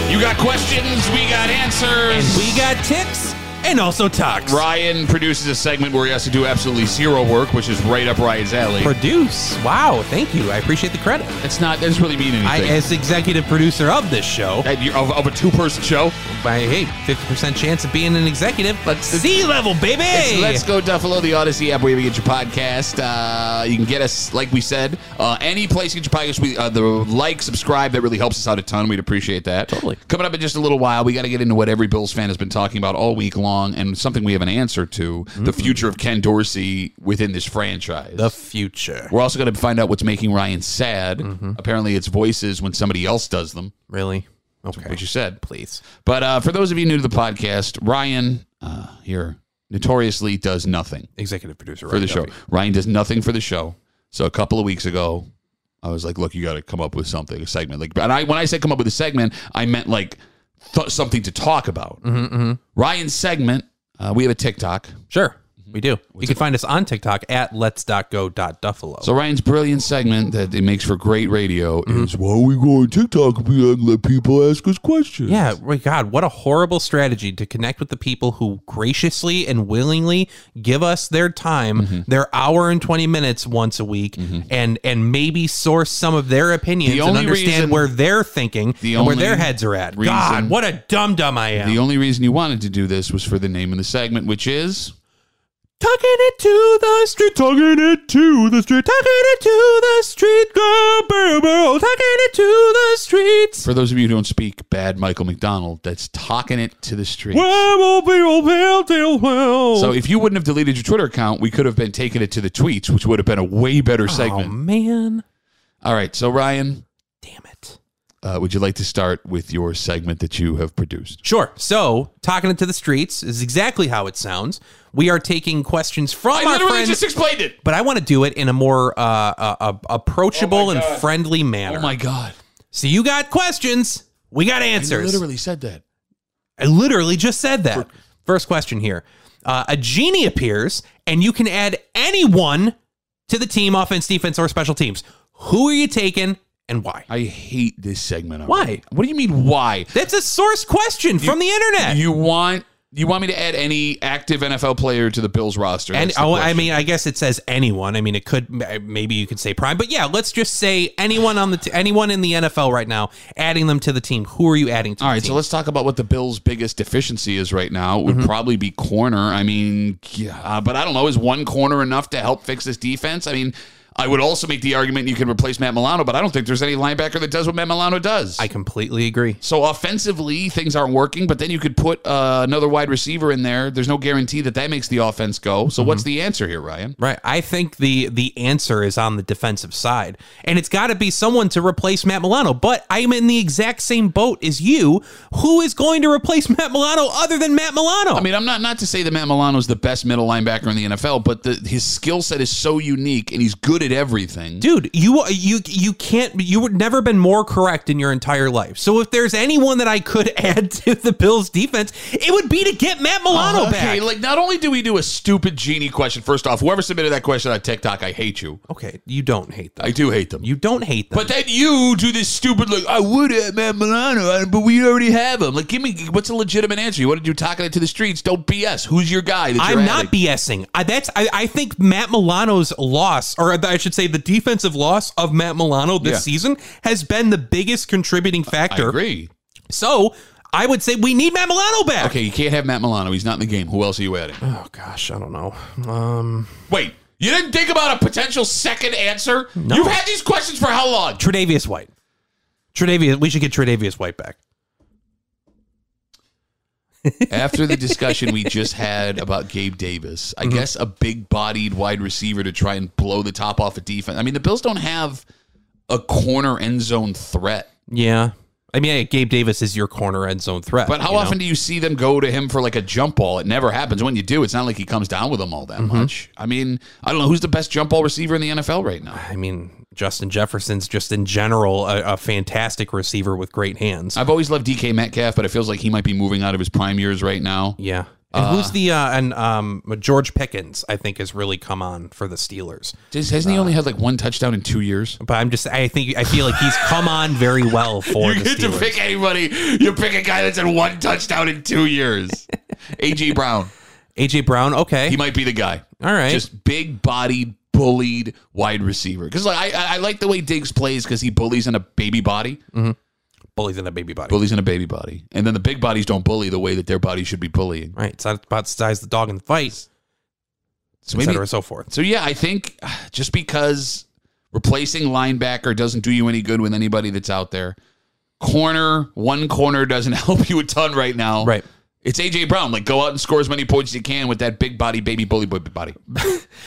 You got questions, we got answers.
And we got ticks and also talks.
Ryan produces a segment where he has to do absolutely zero work, which is right up Ryan's alley.
Produce. Wow. Thank you. I appreciate the credit.
That's not. That doesn't really mean
I,
anything.
as executive producer of this show,
That you're- of, of a two-person show.
by hey, 50% chance of being an executive. Let's sea level, baby.
It's Let's Go Duffalo, the Odyssey app, wherever you get your podcast. Uh, you can get us, like we said, uh, any place you get your podcast. We, uh, the like, subscribe, that really helps us out a ton. We'd appreciate that.
Totally.
Coming up in just a little while, we got to get into what every Bills fan has been talking about all week long and something we have an answer to the future of Ken Dorsey within this franchise.
Mm-hmm. the future.
We're also going to find out what's making Ryan sad.
Mm-hmm.
Apparently, it's voices when somebody else does them,
Really? Okay.
which you said.
Please.
But uh, for those of you new to the podcast, Ryan uh, here notoriously does nothing
Executive producer
for the show. Ryan does nothing for the show. So a couple of weeks ago, I was like, "Look, you got to come up with something, a segment." Like, and I when I said come up with a segment, I meant like th- something to talk about. Ryan's segment. Uh, we have a TikTok.
Sure.
Mm-hmm.
We do. you can find us on TikTok at let's.go.duffalo.
So Ryan's brilliant segment that it makes for great radio is why we go on TikTok and be like, let people ask us questions.
yeah, my God, what a horrible strategy to connect with the people who graciously and willingly give us their time,
Mm-hmm.
their hour and twenty minutes once a week, and and maybe source some of their opinions
The
and
only
understand
reason-
where they're thinking
The
and where
only
their heads are at.
reason-
God, what a dumb dumb I am.
The only reason you wanted to do this was for the name of the segment, which is
Tucking it to the street, tucking it to the street, tucking it to the street, girl, baby, tucking oh, it to the streets.
for those of you who don't speak bad Michael McDonald, that's talking it to the street.
Where will be old pale tail well?
So if you wouldn't have deleted your Twitter account, we could have been taking it to the tweets, which would have been a way better
Oh
segment.
man,
Ah.
All right, so Ryan,
damn it.
uh, would you like to start with your segment that you have produced?
Sure. So, talking it to the streets is exactly how it sounds. We are taking questions from
I
our
literally
friends,
just explained it.
but I want to do it in a more uh, uh, uh, approachable and friendly manner.
Oh my god!
so, you got questions, we got
I
answers.
literally said that.
I literally just said that. First question here. Uh, a genie appears, and you can add anyone to the team, offense, defense, or special teams. Who are you taking and why?
I hate this segment.
Why?
already. What do you mean? Why?
That's a source question from the internet.
You want you want me to add any active NFL player to the Bills roster?
and
That's the
oh, I
question.
mean, I guess it says anyone. I mean, it could maybe you could say prime, but yeah, let's just say anyone on the t- anyone in the NFL right now. Adding them to the team. Who are you adding to?
all
the
right.
team?
So let's talk about what the Bills' biggest deficiency is right now. It would
Mm-hmm.
probably be corner. I mean, yeah, uh, but I don't know. Is one corner enough to help fix this defense? I mean. I would also make the argument you can replace Matt Milano, but I don't think there's any linebacker that does what Matt Milano does.
I completely agree.
So offensively, things aren't working, but then you could put uh, another wide receiver in there. There's no guarantee that that makes the offense go.
Mm-hmm.
So what's the answer here, Ryan?
Right. I think the the answer is on the defensive side. And it's got to be someone to replace Matt Milano, but I'm in the exact same boat as you. Who is going to replace Matt Milano other than Matt Milano?
I mean, I'm not not to say that Matt Milano is the best middle linebacker in the NFL, but the, his skill set is so unique and he's good at everything.
Dude, you you you can't you would never been more correct in your entire life. So if there's anyone that I could add to the Bills defense, it would be to get Matt Milano
Oh, Uh-huh. okay,
back.
like not only do we do a stupid genie question. First off, whoever submitted that question on TikTok, I hate you.
okay, you don't hate them.
I do hate them.
you don't hate them.
But then you do this stupid like I would at Matt Milano, uh, but we already have him. Like, give me what's a legitimate answer? You want to do talking it to the streets? Don't BS. Who's your guy? That you're
I'm not
adding?
BSing. I, that's I, I think Matt Milano's loss, or I should say, the defensive loss of Matt Milano this
Yeah.
season has been the biggest contributing
I
factor.
agree.
So I would say we need Matt Milano back.
Okay, you can't have Matt Milano. He's not in the game. Who else are you adding?
Oh gosh, I don't know. Um,
Wait, you didn't think about a potential second answer? You've had these questions for how long?
Tre'Davious White. Tre'Davious. We should get Tre'Davious White back.
After the discussion we just had about Gabe Davis, I
Mm-hmm.
guess a big bodied wide receiver to try and blow the top off a defense. I mean, the Bills don't have a corner end zone threat.
Yeah. I mean, Gabe Davis is your corner end zone threat.
But how
you know?
often do you see them go to him for like a jump ball? It never happens. When you do, it's not like he comes down with them all that
Mm-hmm.
much. I mean, I don't know who's the best jump ball receiver in the NFL right now.
I mean, Justin Jefferson's just in general a, a fantastic receiver with great hands.
I've always loved DK Metcalf, but it feels like he might be moving out of his prime years right now.
Yeah. And who's the uh, and um George Pickens I think has really come on for the Steelers.
Does- hasn't
Uh,
he only had like one touchdown in two years?
But I'm just I think I feel like he's come on very well for
You
the
get to
Steelers.
pick anybody. You pick a guy that's had one touchdown in two years. AJ Brown,
AJ Brown, okay.
he might be the guy.
All right.
just big bodied, bullied wide receiver. Because like I- I, I like the way Diggs plays because he bullies in a baby body.
bullies in a baby body.
bullies in a baby body. And then the big bodies don't bully the way that their bodies should be bullying.
right. It's not about the size of the dog in the fight,
So
et
maybe
cetera, so forth.
So yeah, I think ah, just because replacing linebacker doesn't do you any good with anybody that's out there. Corner, one corner doesn't help you a ton right now.
Right.
It's AJ Brown. Like go out and score as many points as you can with that big body, baby bully boy body.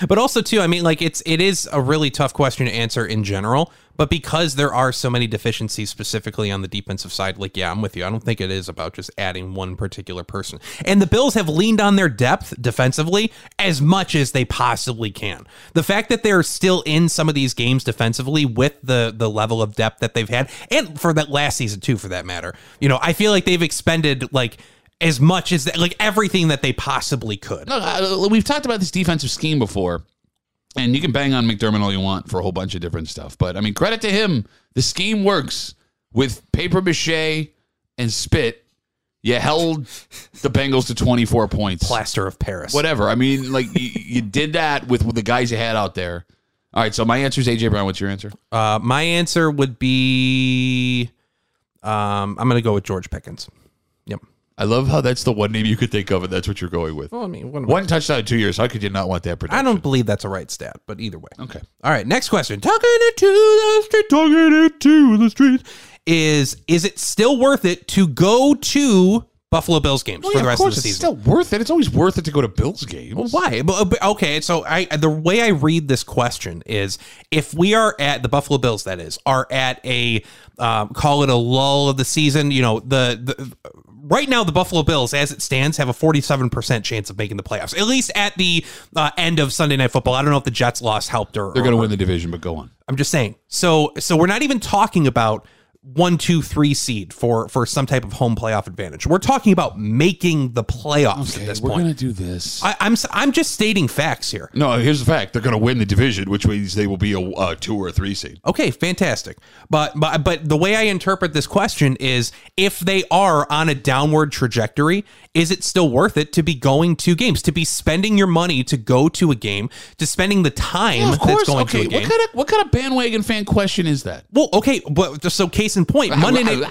But also too, I mean, like it's it is a really tough question to answer in general. But because there are so many deficiencies specifically on the defensive side, like yeah, I'm with you. I don't think it is about just adding one particular person. And the Bills have leaned on their depth defensively as much as they possibly can. The fact that they're still in some of these games defensively with the the level of depth that they've had, and for that last season too, for that matter, you know, I feel like they've expended like as much as like everything that they possibly could.
No, I- we've talked about this defensive scheme before, and you can bang on McDermott all you want for a whole bunch of different stuff. But I mean, credit to him, the scheme works with paper mache and spit. You held the Bengals to 24 points.
Plaster of Paris.
Whatever. I mean, like you, you did that with, with the guys you had out there. All right, so my answer is AJ Brown. What's your answer?
Uh, my answer would be, um, I'm gonna go with George Pickens. Yep.
I love how that's the one name you could think of, and that's what you're going with.
Well, I mean, what am I-
One touchdown in two years. How could you not want that
I
prediction?
don't believe that's a right stat, but either way.
Okay.
All right. Next question. Talking it to the street. Talking it to the street. Is is it still worth it to go to Buffalo Bills games for the rest of the season?
still worth it. It's always worth it to go to Bills games.
Why? But- uh, but- Okay, so I uh, the way I read this question is if we are at the Buffalo Bills, that is, are at a um, call it a lull of the season. You know, the, the uh, right now the Buffalo Bills, as it stands, have a forty seven percent chance of making the playoffs. At least at the uh, end of Sunday Night Football. I don't know if the Jets loss helped or
They're going to win the division, but go on.
I'm just saying. So so we're not even talking about one, two, three seed for for some type of home playoff advantage. We're talking about making the playoffs at this
we're
point.
going to do this.
I, I'm s- I'm just stating facts here.
no, here's the fact: they're going to win the division, which means they will be a uh, two or a three seed.
Okay, fantastic. But but but the way I interpret this question is if they are on a downward trajectory, is it still worth it to be going to games, to be spending your money to go to a game, to spending the time that's going
okay,
to a game?
what kind of what kind of bandwagon fan question is that?
well, okay, but just so case in point, Monday night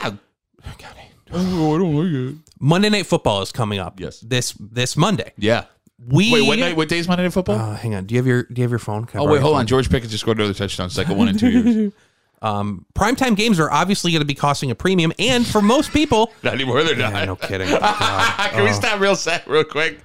Oh,
Monday night football is coming up.
Yes.
This this Monday.
Yeah.
We Oh,
Wait, what night? What day is Monday Night Football?
Uh, hang on. Do you have your do you have your phone? Can I
oh
borrow
wait,
your
hold
phone?
on. George Pickens just scored another touchdown, second one in two years.
Um, primetime games are obviously going to be costing a premium, and for most people,
Not anymore. They're not.
yeah, no kidding. God.
Can we stop real sad, real quick?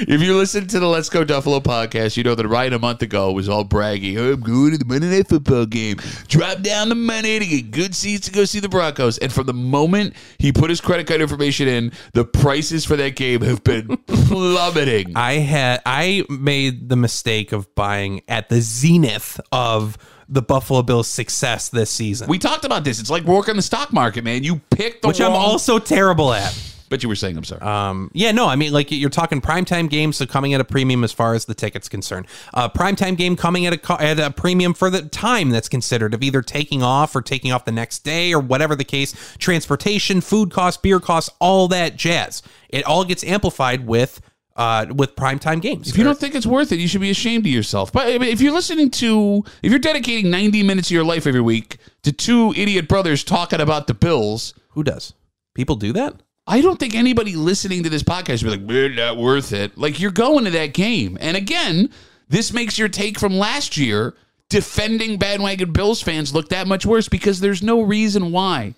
If you listen to the Let's Go Duffalo podcast, you know that Ryan a month ago was all braggy. Oh, I'm going to the Monday Night Football game. Drop down the money to get good seats to go see the Broncos. And from the moment he put his credit card information in, the prices for that game have been plummeting.
I had I made the mistake of buying at the zenith of the Buffalo Bills' success this season,
we talked about this. It's like working the stock market, man. You pick the
which I'm
wrong-
also terrible at.
But you were saying, I'm sorry.
Um, yeah, no, I mean, like you're talking primetime game, so coming at a premium as far as the ticket's concerned. Uh, primetime game coming at a, co- at a premium for the time that's considered of either taking off or taking off the next day or whatever the case, transportation, food costs, beer costs, all that jazz. It all gets amplified with uh, with primetime games.
If you don't think it's worth it, you should be ashamed of yourself. But I mean, if you're listening to, if you're dedicating 90 minutes of your life every week to two idiot brothers talking about the Bills,
Who does? People do that?
I don't think anybody listening to this podcast would be like, "We're not worth it." Like you're going to that game, and again, this makes your take from last year defending bandwagon Bills fans look that much worse because there's no reason why,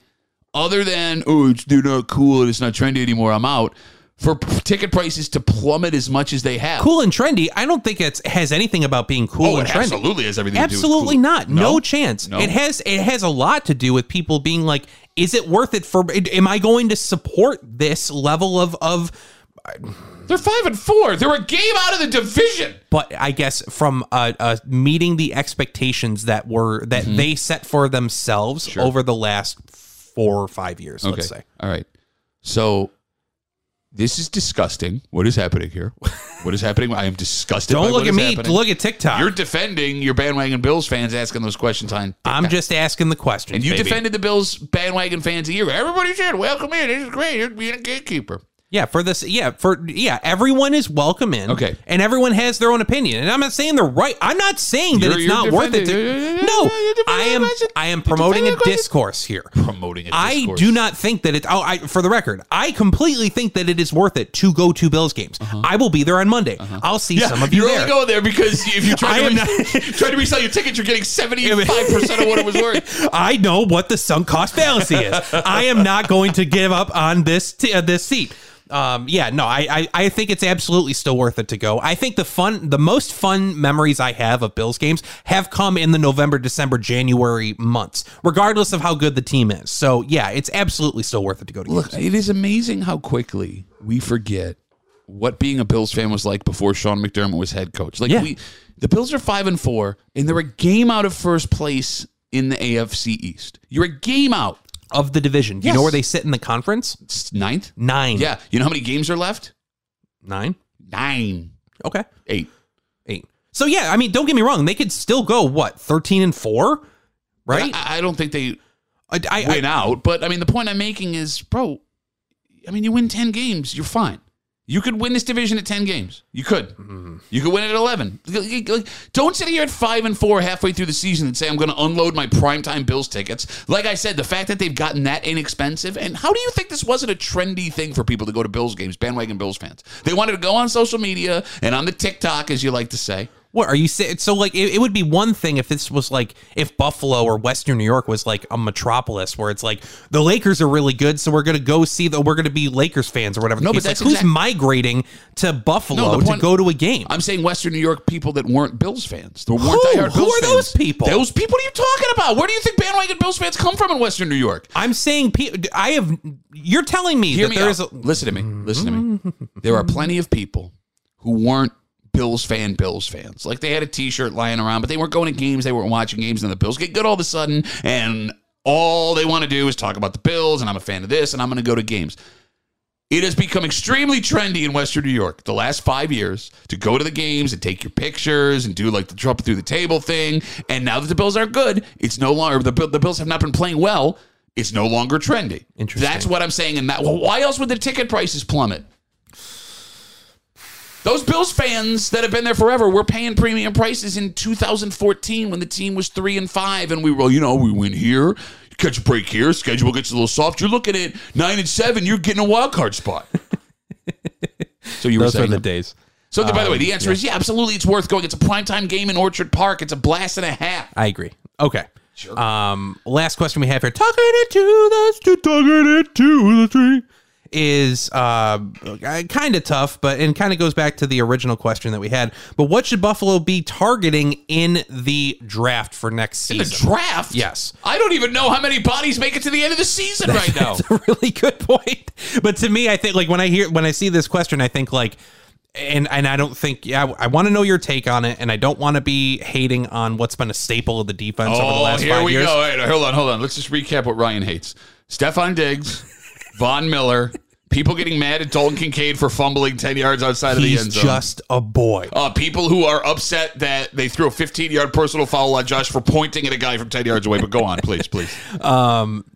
other than oh, it's they're not cool and it's not trendy anymore. I'm out. For p- ticket prices to plummet as much as they have.
Cool and trendy. I don't think it has anything about being cool
Oh,
and
it
trendy.
absolutely has everything.
Absolutely
to do with cool.
not. No, chance.
No.
It has it has a lot to do with people being like, is it worth it for? Am I going to support this level of of?
They're five and four. They're a game out of the division.
But I guess from uh, uh, meeting the expectations that were that
Mm-hmm.
they set for themselves over the last four or five years, let's say.
All right. So this is disgusting. What is happening here? What is happening? I am disgusted. by
Don't
what
look at
is
me.
happening.
Look at TikTok.
You're defending your bandwagon Bills fans asking those questions on.
I'm just asking the question.
And you
baby.
defended the Bills bandwagon fans a year. Everybody should welcome in. This is great. You're being a gatekeeper.
Yeah, for this, yeah, for yeah, everyone is welcome in.
Okay.
and everyone has their own opinion, and I'm not saying they're right. I'm not saying that
You're-
it's
you're
not worth it. To,
defending- yeah, yeah, yeah,
no,
yeah, you're defending
I am.
the question.
I am
You're
promoting
defending
a
the question.
discourse here.
Promoting it.
I do not think that it's. Oh, I, for the record, I completely think that it is worth it to go to Bills games. I will be there on Monday. I'll see some of you
Uh-huh. You're
there.
only going there because if you try
I
to,
am
re-
not-
try to resell your tickets, you're getting 75% of what it was worth.
I know what the sunk cost fallacy is. I am not going to give up on this t- uh, this seat. Um, yeah, no, I, I I think it's absolutely still worth it to go. I think the fun, the most fun memories I have of Bills games have come in the November, December, January months, regardless of how good the team is. So yeah, it's absolutely still worth it to go to games.
Look, it is amazing how quickly we forget what being a Bills fan was like before Sean McDermott was head coach. Like
Yeah.
we the Bills are 5 and 4 and they're a game out of first place in the AFC East. You're a game out.
Of the division, Do you know
Yes.
where they sit in the conference?
It's ninth?
Nine.
Yeah. You know how many games are left?
nine.
9
Okay.
8.
Eight. So yeah, I mean, don't get me wrong. They could still go what thirteen and four, right?
I, I don't think they
I, I, I,
win out, but I mean the point I'm making is, bro, I mean you win 10 games, you're fine. You could win this division at 10 games. You could.
Mm-hmm.
You could win it at 11. Like, like, Don't sit here at 5 and 4 halfway through the season and say, I'm going to unload my primetime Bills tickets. Like I said, the fact that they've gotten that inexpensive. And how do you think this wasn't a trendy thing for people to go to Bills games, bandwagon Bills fans? They wanted to go on social media and on the TikTok, as you like to say.
What are you saying? So like, it, it would be one thing if this was like if Buffalo or Western New York was like a metropolis where it's like the Lakers are really good, so we're gonna go see the we're gonna be Lakers fans or whatever.
No, but
the case.
that's
like,
exact-
who's migrating to Buffalo
No, the point-
to go to a game.
I'm saying Western New York people that weren't Bills fans. There weren't
Who?
diehard
Who
Bills
are
fans.
those people?
Those people what are you talking about? Where do you think bandwagon Bills fans come from in Western New York?
I'm saying pe- I have. You're telling me
Hear
that
me
there is
out. Listen to me. Listen to me. There are plenty of people who weren't Bills fan Bills fans. Like they had a T-shirt lying around, but they weren't going to games. They weren't watching games, and the Bills get good all of a sudden, and all they want to do is talk about the Bills. And I'm a fan of this, and I'm going to go to games. It has become extremely trendy in Western New York the last five years to go to the games and take your pictures and do like the Trump through the table thing. And now that the Bills aren't good, it's no longer the, Bill- the Bills have not been playing well. It's no longer trendy.
Interesting.
That's what I'm saying. And that well, why else would the ticket prices plummet? Those Bills fans that have been there forever were paying premium prices in 2014 when the team was three and five, and we were, you know, we win here, catch a break here, schedule gets a little soft. You're looking at nine and seven, you're getting a wild card spot. so you were saying
days.
so. by the way, the answer is yeah, absolutely, it's worth going. It's a primetime game in Orchard Park. It's a blast and a half.
I agree. Okay.
Sure.
Um, last question we have here: talking it to the street, talking it to the street is uh, kind of tough, but and kind of goes back to the original question that we had. But what should Buffalo be targeting in the draft for next
the
season?
draft.
Yes.
I don't even know how many bodies make it to the end of the season right now.
That's a really good point. But to me, I think like when I hear when I see this question, I think like and and I don't think yeah, I, want to know your take on it, and I don't want to be hating on what's been a staple of the defense over the last
Oh, here
five
we
years.
go. Wait, hold on, hold on. Let's just recap what Ryan hates: Stefan Diggs, Von Miller, people getting mad at Dalton Kincaid for fumbling ten yards outside of the
He's
end zone.
just a boy.
uh, people who are upset that they threw a 15 yard personal foul on Josh for pointing at a guy from 10 yards away. But go on, please, please.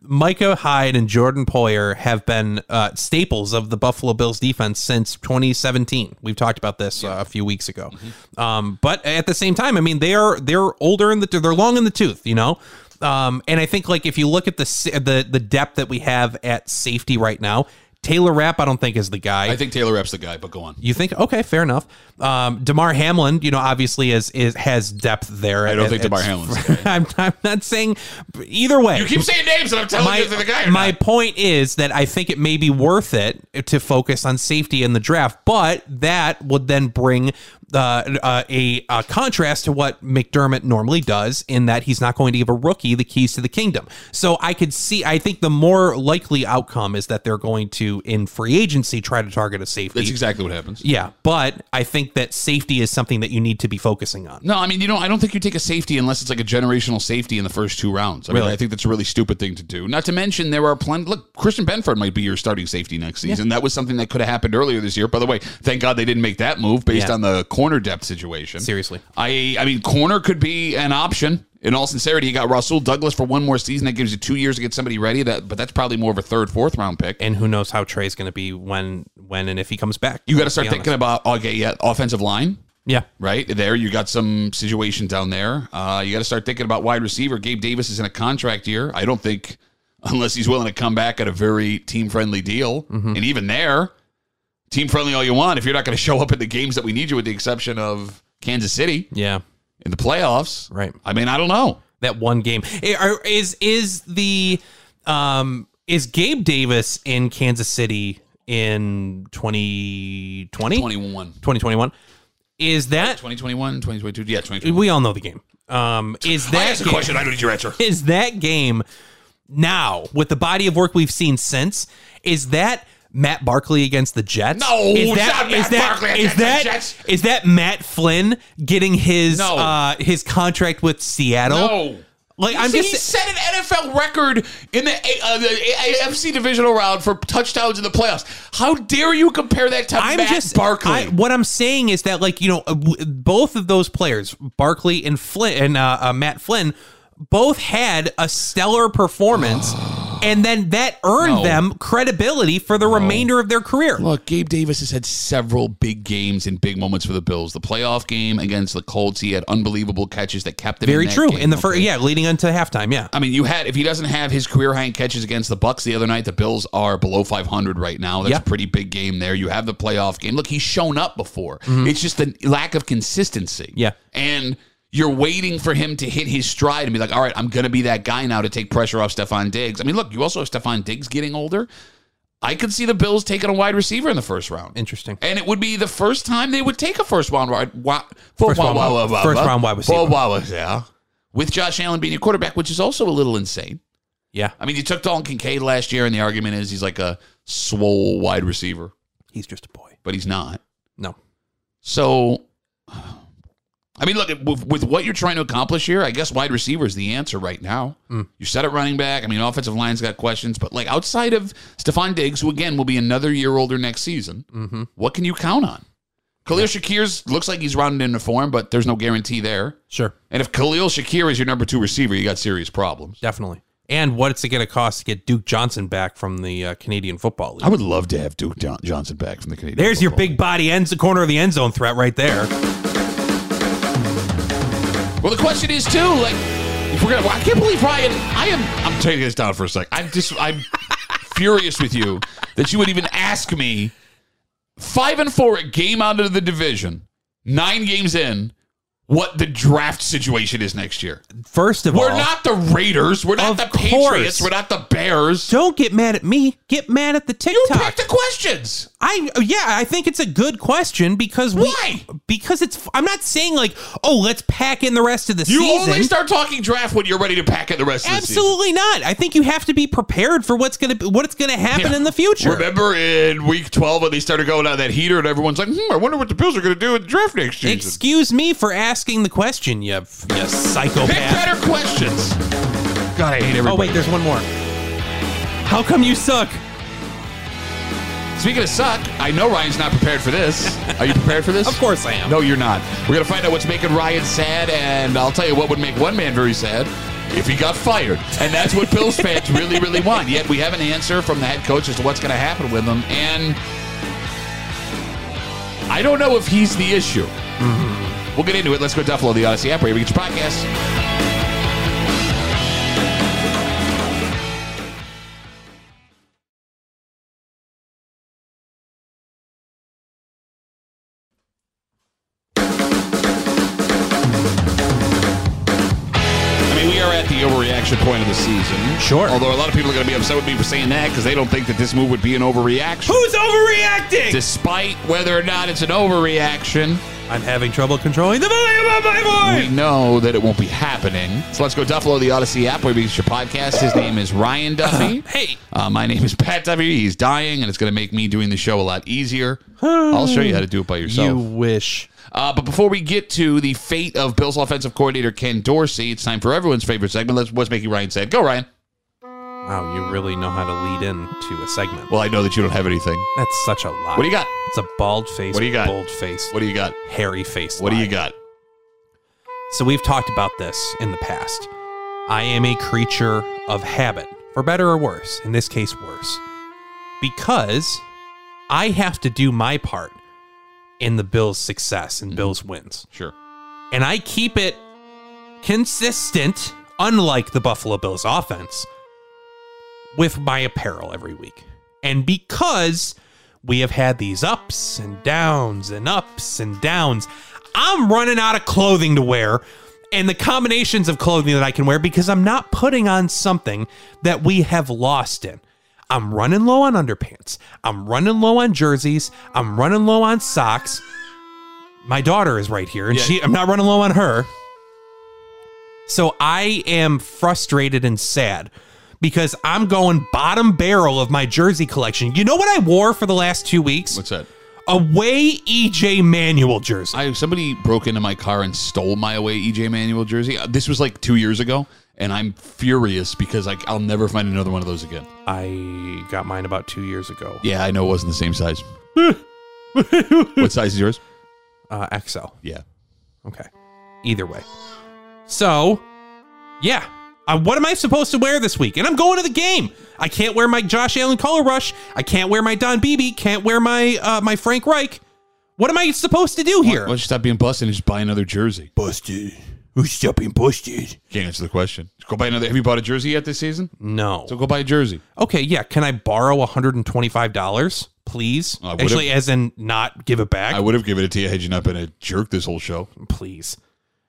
Micah Hyde and Jordan Poyer have been uh, staples of the Buffalo Bills defense since 2017. We've talked about this uh, a few weeks ago.
Mm-hmm.
Um, but at the same time, I mean, they are they're older in the they're long in the tooth, you know. Um, and I think like if you look at the s- the the depth that we have at safety right now, Taylor Rapp I don't think is the guy.
I think Taylor Epps the guy, but go on.
you think okay, fair enough. Um, Demar Hamlin, you know, obviously is is has depth there.
I don't think Damar Hamlin's the
I'm, I'm not saying either way
You keep saying names, and I'm telling you if they're the guy. Or
my
not.
point is that I think it may be worth it to focus on safety in the draft, but that would then bring uh, uh, a, a contrast to what McDermott normally does in that he's not going to give a rookie the keys to the kingdom. So I could see, I think the more likely outcome is that they're going to, in free agency, try to target a safety.
That's exactly what happens.
yeah, but I think that safety is something that you need to be focusing on.
No, I mean, you know, I don't think you take a safety unless it's like a generational safety in the first two rounds. I mean,
Really?
I think that's a really stupid thing to do. Not to mention, there are plenty. Look, Christian Benford might be your starting safety next season. That was something that could have happened earlier this year. By the way, thank God they didn't make that move based
Yeah.
on the corner depth situation.
Seriously.
I, I mean, corner could be an option. In all sincerity, you got Russell Douglas for one more season. That gives you two years to get somebody ready. That, but that's probably more of a third, fourth round pick.
And who knows how Trey's going to be when, when, and if he comes back.
you got to
Let's
start
be honest.
thinking about okay, yeah, offensive line.
Yeah.
right there you got some situation down there uh, you got to start thinking about wide receiver gabe davis is in a contract year i don't think unless he's willing to come back at a very team friendly deal
Mm-hmm.
and even there team friendly all you want if you're not going to show up in the games that we need you with the exception of kansas city
Yeah.
in the playoffs
Right.
i mean i don't know
that one game. Eh, are- Is is the um is Gabe Davis in Kansas City in 2020?
21
2021? Is that
2021 2022 yeah 2022
we all know the game. Um is
I
that
asked a
game-
question i don't need your answer
is that game now with the body of work we've seen since is that Matt Barkley against the Jets?
No,
is
it's
that
not Matt
is that-
Barkley
is
against the
that-
Jets.
is that Matt Flynn getting his
No.
uh, his contract with Seattle?
no
Like I'm
See,
just
he set an NFL record in the, A- uh, the AFC divisional round for touchdowns in the playoffs. How dare you compare that to
I'm
Matt
just
Barkley?
I- what I'm saying is that like you know uh, w- both of those players, Barkley and Flynn and uh, uh, Matt Flynn, both had a stellar performance, and then that earned
No.
them credibility for the remainder of their career.
Look, Gabe Davis has had several big games and big moments for the Bills. The playoff game against the Colts, he had unbelievable catches that kept them.
Very
in that
true.
game,
in the first,
okay?
yeah, leading into halftime, yeah.
I mean, you had if he doesn't have his career high in catches against the Bucks the other night, the Bills are below 500 right now. That's
Yeah.
a pretty big game there. You have the playoff game. Look, he's shown up before. It's just the lack of consistency.
Mm-hmm. Yeah.
and you're waiting for him to hit his stride and be like, all right, I'm going to be that guy now to take pressure off Stefan Diggs. I mean, look, you also have Stefan Diggs getting older. I could see the Bills taking a wide receiver in the first round.
Interesting.
And it would be the first time they would take a first round wide wa- first
round wide- first round wide receiver.
yeah. With Josh Allen being your quarterback, which is also a little insane.
Yeah,
I mean, you took Dalton Kincaid last year, and the argument is he's like a swole wide receiver,
he's just a boy.
but he's not.
No.
So, I mean, look with, with what you're trying to accomplish here. I guess wide receiver is the answer right now. You set at running back. I mean, offensive line's got questions, but like outside of Stephon Diggs, who again will be another year older next season, what can you count on? Khalil Shakir's looks like he's rounded into form, but there's no guarantee there.
Sure.
And if Khalil Shakir is your number two receiver, you got serious problems.
Definitely. And what's it going to cost to get Duke Johnson back from the uh, Canadian Football League?
I would love to have Duke John- Johnson back from the Canadian.
There's your
Football
big body ends the corner of the end zone threat right there.
Well, the question is too, like, if we're gonna, I can't believe Ryan. I am. I'm taking this down for a sec. I'm just. I'm furious with you that you would even ask me. Five and four, a game out of the division, nine games in. what the draft situation is next year.
First of
We're
all,
not the Raiders. We're not
Of
the
course.
Patriots. We're not the Bears.
don't get mad at me. Get mad at the
You
TikTok.
pick the questions.
I yeah, I think it's a good question because we,
Why?
Because it's I'm not saying like oh let's pack in the rest of the
You
season.
only start talking draft when you're ready to pack it the rest of
Absolutely not. I think you have to be prepared for what's gonna be, what's gonna
the
happen
season.
in the
Yeah.
future.
Remember in week 12 when they started going on that heater and everyone's like, hmm, I wonder what the Bills are going to do in the draft next season.
Excuse me for asking the question, you, you
Pick
psychopath.
better questions. God, I hate everybody.
Oh wait, there's one more. How come you suck?
Speaking of suck, I know Ryan's not prepared for this. Are you prepared for this?
Of course I am.
No, you're not. We're going to find out what's making Ryan sad, and I'll tell you what would make one man very sad if he got fired. And that's what Bills fans really, really want. Yet we have an answer from the head coach as to what's going to happen with him. And I don't know if he's the issue. We'll get into it. Let's go Duffalo, the Odyssey app, where we get your podcast. I mean, we are at the overreaction point of the season.
Sure.
Although a lot of people are going to be upset with me for saying that because they don't think that this move would be an overreaction.
Who's overreacting?
Despite whether or not it's an overreaction,
I'm having trouble controlling the volume of my
we
voice.
know that it won't be happening. So let's go Duffalo, the Odyssey app, where we get your podcast. His name is Ryan Duffy.
Uh-huh. hey.
Uh, my name is Pat Duffy. He's dying, and it's going to make me doing the show a lot easier. I'll show you how to do it by yourself.
Hmm. You wish.
Uh, but before we get to the fate of Bills offensive coordinator Ken Dorsey, it's time for everyone's favorite segment. Let's, what's making Ryan sad? Go, Ryan.
Wow, you really know how to lead into a segment.
Well, I know that you don't have anything.
That's such a lot.
What do you got?
It's a bald face.
What do you got?
Bold face.
What do you got?
hairy face.
What do
line.
you got?
So we've talked about this in the past. I am a creature of habit, for better or worse. In this case, worse, because I have to do my part in the Bills' success
Mm-hmm.
and Bills' wins,
Sure.
and I keep it consistent. Unlike the Buffalo Bills' offense, with my apparel every week. And because we have had these ups and downs and ups and downs, I'm running out of clothing to wear and the combinations of clothing that I can wear because I'm not putting on something that we have lost in. I'm running low on underpants. I'm running low on jerseys. I'm running low on socks. My daughter is right here and
Yeah.
she I'm not running low on her. So I am frustrated and sad because I'm going bottom barrel of my jersey collection. You know what I wore for the last two weeks?
What's that?
Away EJ Manuel jersey.
I somebody broke into my car and stole my away EJ Manuel jersey. Uh, This was like two years ago, and I'm furious because like I'll never find another one of those again.
I got mine about two years ago.
Yeah, I know it wasn't the same size. what size is yours?
Uh, XL.
Yeah,
Okay. Either way. So, yeah. Uh, what am I supposed to wear this week? And I'm going to the game. I can't wear my Josh Allen color rush. I can't wear my Don Beebe. Can't wear my uh, my Frank Reich. What am I supposed to do here?
Why don't you stop being busted and just buy another jersey?
Busted. Who's stopping busted?
Can't answer the question. Go buy another. Have you bought a jersey yet this season?
No.
So go buy a jersey.
okay, yeah, can I borrow $125, please?
I would've-
Actually, as in not give it back,
I would have given it to you had you not been a jerk this whole show.
please.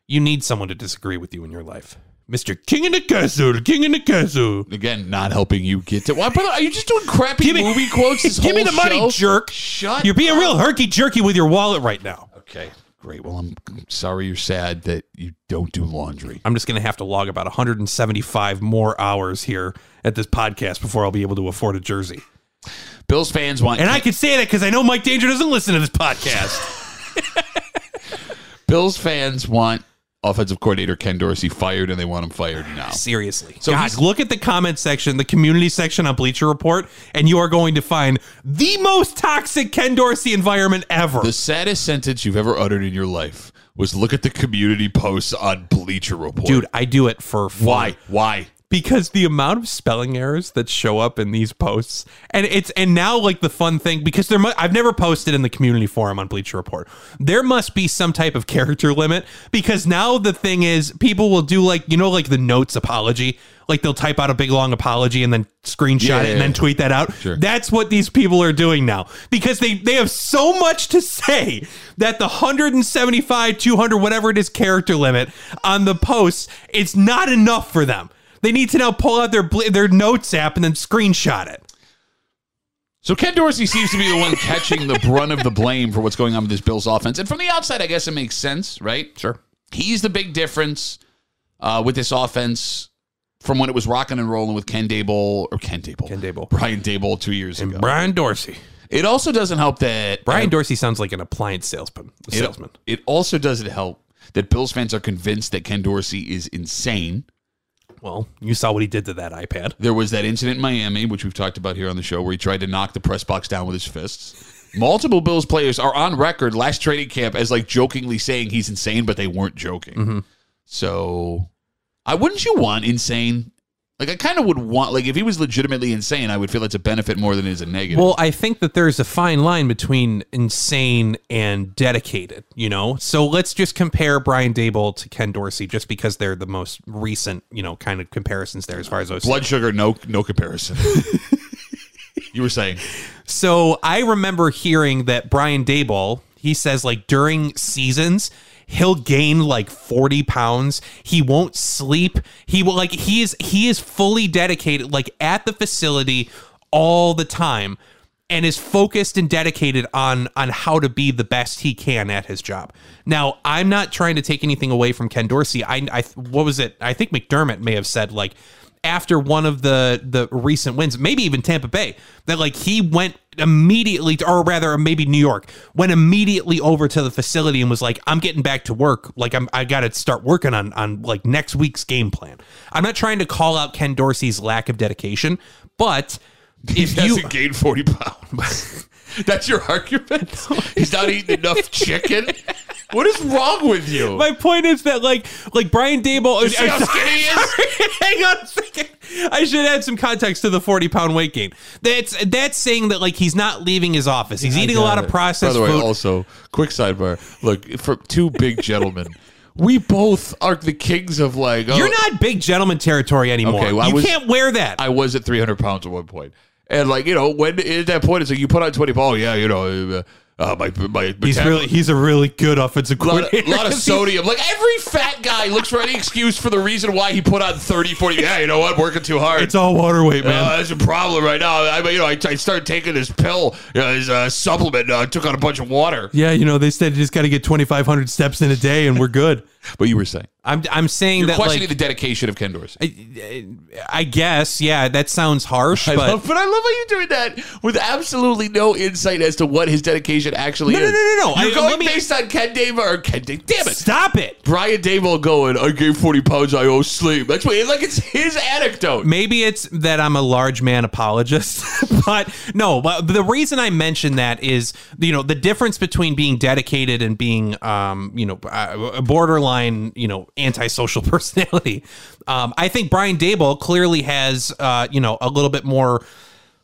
You need someone to disagree with you in your life. Mr.
King in the castle, king in the castle.
Again, not helping you get to. Why, brother? Are you just doing crappy
Give me-
movie quotes? This
Give me
whole
the money,
show?
jerk.
Shut.
You're being real herky jerky with your wallet right now.
Okay, great. Well, I'm I'm sorry you're sad that you don't do laundry.
I'm just going to have to log about 175 more hours here at this podcast before I'll be able to afford a jersey.
Bills fans want
And I can say that because I know Mike Danger doesn't listen to this podcast.
Bills fans want offensive coordinator Ken Dorsey fired, and they want him fired now.
Seriously.
So
So
he's-
God, look at the comment section, the community section on Bleacher Report, and you are going to find the most toxic Ken Dorsey environment ever.
The saddest sentence you've ever uttered in your life was "Look at the community posts on Bleacher Report."
Dude, I do it for fun.
why? Why?
because the amount of spelling errors that show up in these posts and it's and now like the fun thing because there mu- I've never posted in the community forum on Bleacher Report. There must be some type of character limit because now the thing is people will do like you know like the notes apology like they'll type out a big long apology and then screenshot
Yeah,
it
yeah,
and then
yeah.
tweet that out.
Sure.
That's what these people are doing now because they they have so much to say that the 175, 200, whatever it is, character limit on the posts, it's not enough for them. They need to now pull out their bl- their notes app and then screenshot it.
So Ken Dorsey seems to be the one catching the brunt of the blame for what's going on with this Bills offense. And from the outside, I guess it makes sense, right?
Sure.
He's the big difference uh, with this offense from when it was rocking and rolling with Ken Dable or Ken Dable.
Ken Dable.
Brian Dable two years ago.
Brian Dorsey.
it also doesn't help that
Brian Dorsey sounds like an appliance salesman. Salesman.
It, it also doesn't help that Bills fans are convinced that Ken Dorsey is insane.
Well, you saw what he did to that iPad.
There was that incident in Miami, which we've talked about here on the show, where he tried to knock the press box down with his fists. Multiple Bills players are on record last training camp as like jokingly saying he's insane, but they weren't joking. So, I wouldn't you want insane? Like I kind of would want like if he was legitimately insane, I would feel it's a benefit more than it is a negative.
Well, I think that there's a fine line between insane and dedicated, you know? So let's just compare Brian Dable to Ken Dorsey just because they're the most recent, you know, kind of comparisons there as far as I was
Blood sugar, no no comparison. you were saying
So I remember hearing that Brian Dayball, he says like during seasons, he'll gain like 40 pounds. He won't sleep. He will like he is he is fully dedicated, like at the facility all the time and is focused and dedicated on on how to be the best he can at his job. Now, I'm not trying to take anything away from Ken Dorsey. I I what was it? I think McDermott may have said like after one of the the recent wins, maybe even Tampa Bay, that like he went immediately, to, or rather, maybe New York, went immediately over to the facility and was like, "I'm getting back to work. Like I'm, I got to start working on on like next week's game plan." I'm not trying to call out Ken Dorsey's lack of dedication, but if
he
you
hasn't gained forty pounds. That's your argument. He's not eating enough chicken. What is wrong with you?
My point is that like like Brian Dable
see how skinny he is?
Hang on a second. I should add some context to the 40 pound weight gain. That's that's saying that like he's not leaving his office. He's eating a lot of
By
processed
the way,
food.
also quick sidebar. Look, for two big gentlemen, we both are the kings of like. Oh,
You're not big gentleman territory anymore.
Okay, well, I
you
was-
can't wear that.
I oh, was at 300 pounds at one point, and like you know, when at that point, it's like you put on 20 pounds. oh, Yeah, you know, uh, uh, my my.
he's really he's a really good offensive
lot,
coordinator.
of, lot of sodium. Like every fat guy looks for any excuse for the reason why he put on 30, 40. Yeah, you know what? Working too hard.
it's all water weight, man.
Uh, that's a problem right now. I mean, you know, I, I started taking this pill, you know, this uh, supplement. uh, I took on a bunch of water.
yeah, you know, they said you just got to get 2500 steps in a day and we're good.
But you were saying
I'm I'm saying
you're
that
questioning
like
the dedication of Ken Dorsey.
I guess, yeah, that sounds harsh,
I
but
love, but I love how you're doing that with absolutely no insight as to what his dedication actually
No, no,
is.
no, no, no.
You're
I-
going
let me-
based on Ken Dave or Ken Dave. Damn it.
stop it.
Brian Dable going, I gave 40 pounds, I owe sleep. That's what, like, it's his anecdote.
Maybe it's that I'm a large man apologist, but no. But the reason I mention that is, you know, the difference between being dedicated and being, um, you know, uh, a borderline, you know, antisocial personality. Um, I think Brian Dable clearly has, uh, you know, a little bit more.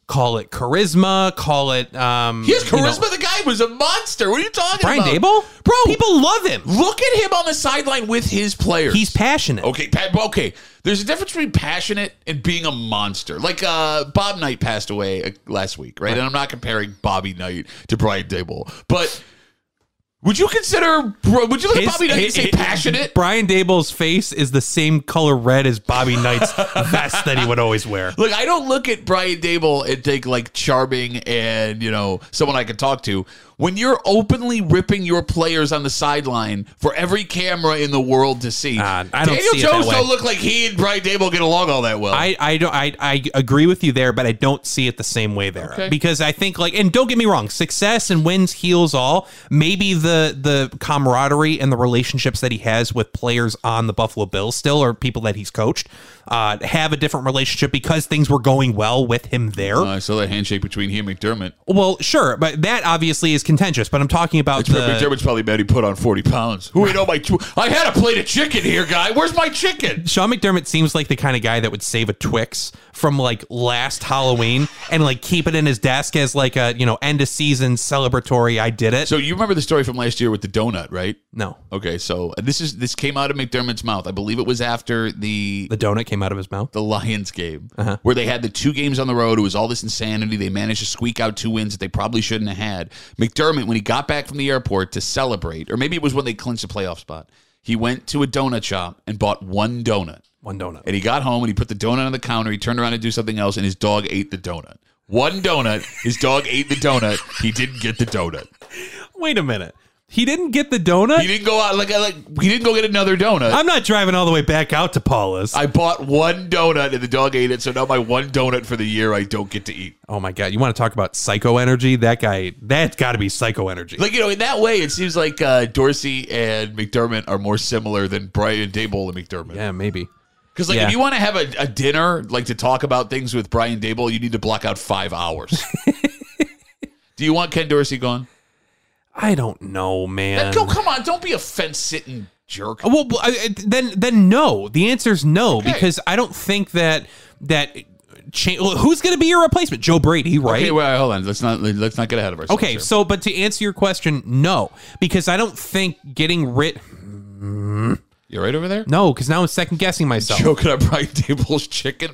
Call it charisma. Call it. Um,
He has
you know-
charisma. the guy was a monster. What are you talking
Brian
about?
Dable,
Bro,
People love him.
look at him on the sideline with his players.
He's passionate.
Okay, pa- okay. There's a difference between passionate and being a monster. Like uh, Bob Knight passed away uh, last week, right? And I'm not comparing Bobby Knight to Brian Dable, but would you consider? Would you look
His-
at Bobby Knight and
his-
say
his-
passionate?
Brian Dable's face is the same color red as Bobby Knight's vest that he would always wear.
Look, I don't look at Brian Dable and think like charming and, you know, someone I could talk to. When you're openly ripping your players on the sideline for every camera in the world to see,
Ah, I don't
Daniel
see it that
Jones
way.
don't look like he and Brian Dable get along all that well.
I, I don't I, I agree with you there, but I don't see it the same way there
Okay.
because I think like and don't get me wrong, success and wins heals all. Maybe the the camaraderie and the relationships that he has with players on the Buffalo Bills still or people that he's coached uh, have a different relationship because things were going well with him there.
I saw that handshake between he and McDermott.
well, sure, but that obviously is contentious. But I'm talking about the.
McDermott's probably mad he put on 40 pounds. Who ate all my. Tw- I had a plate of chicken here, guy. Where's my chicken?
Sean McDermott seems like the kind of guy that would save a Twix from like last Halloween and like keep it in his desk as like a you know end of season celebratory. I did it.
So you remember the story from last year with the donut, right?
no,
Okay, so this is this came out of McDermott's mouth. I believe it was after the
the donut came out of his mouth.
the Lions game, where they had the two games on the road. It was all this insanity. They managed to squeak out two wins that they probably shouldn't have had. McDermott, when he got back from the airport to celebrate, or maybe it was when they clinched the playoff spot, he went to a donut shop and bought one donut.
One donut.
And he got home and he put the donut on the counter. He turned around to do something else, and his dog ate the donut. One donut. His dog ate the donut. He didn't get the donut.
Wait a minute. He didn't get the donut.
He didn't go out like like he didn't go get another donut.
I'm not driving all the way back out to Paula's.
I bought one donut and the dog ate it, so now my one donut for the year I don't get to eat.
oh my god, you want to talk about psycho energy? That guy, that's got to be psycho energy.
Like you know, in that way, it seems like uh, Dorsey and McDermott are more similar than Brian Dable and McDermott.
yeah, maybe.
Because like,
Yeah.
if you want to have a, a dinner, like to talk about things with Brian Dable, you need to block out five hours. Do you want Ken Dorsey gone?
I don't know, man.
Go, come on, don't be a fence sitting jerk.
Well, well, I- I- then then no. The answer is no because I don't think that that cha- well, who's going to be your replacement? Joe Brady, right?
Okay,
Okay,
well, hold on. Let's not let's not get ahead of ourselves. here.
so but to answer your question, no, because I don't think getting rid
you right over there.
no, because now I'm second guessing myself.
Joking on Brian Dable's chicken.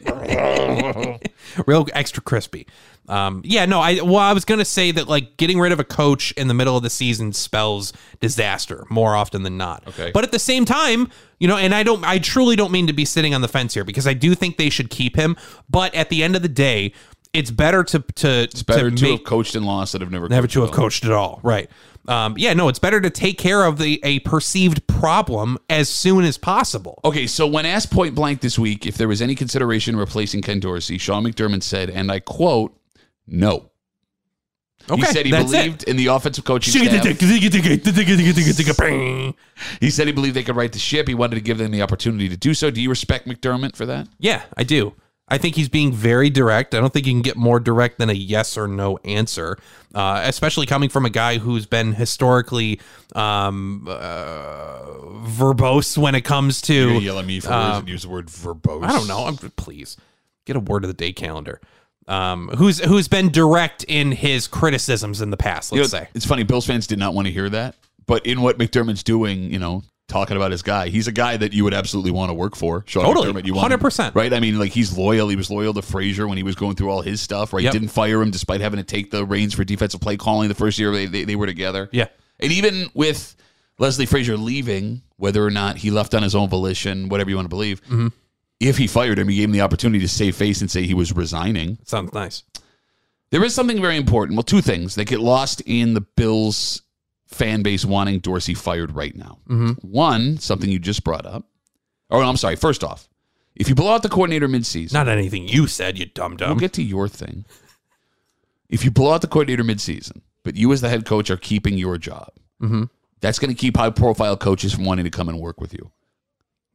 real extra crispy. Um, yeah, no, I well, I was gonna say that like getting rid of a coach in the middle of the season spells disaster more often than not.
Okay.
but at the same time, you know, and I don't, I truly don't mean to be sitting on the fence here because I do think they should keep him. But at the end of the day, it's better to to
Better
to
to
make
have coached and lost that have never
never
coached
to have
well.
coached at all, right? Um, yeah, no, it's better to take care of the a perceived problem as soon as possible.
Okay, so when asked point blank this week if there was any consideration replacing Ken Dorsey, Sean McDermott said, and I quote, no.
Okay,
he said he
that's it.
believed in the offensive coaching staff. He said he believed they could right the ship. He wanted to give them the opportunity to do so. Do you respect McDermott for that?
Yeah, I do. I think he's being very direct. I don't think you can get more direct than a yes or no answer, uh, especially coming from a guy who's been historically um, uh, verbose when it comes to.
at me for words and use the word verbose.
I don't know. I'm, please get a word of the day calendar. Um, who's who's been direct in his criticisms in the past? Let's say
It's funny, Bills fans did not want to hear that. But in what McDermott's doing, you know, talking about his guy, he's a guy that you would absolutely want to work for. Sean
Totally.
McDermott, you want him-
100%.
right? I mean, like he's loyal. He was loyal to Frazier when he was going through all his stuff, right?
Yep.
Didn't fire him despite having to take the reins for defensive play calling the first year they, they, they were together.
Yeah.
And even with Leslie Frazier leaving, whether or not he left on his own volition, whatever you want to believe,
Mm-hmm.
if he fired him, he gave him the opportunity to save face and say he was resigning.
sounds nice.
There is something very important. Well, two things that get lost in the Bills fan base wanting Dorsey fired right now. One, something you just brought up. Oh, no, I'm sorry. First off, if you blow out the coordinator midseason,
Not anything you said, you dumb dumb.
we'll get to your thing. If you blow out the coordinator midseason, but you as the head coach are keeping your job, that's going to keep high profile coaches from wanting to come and work with you.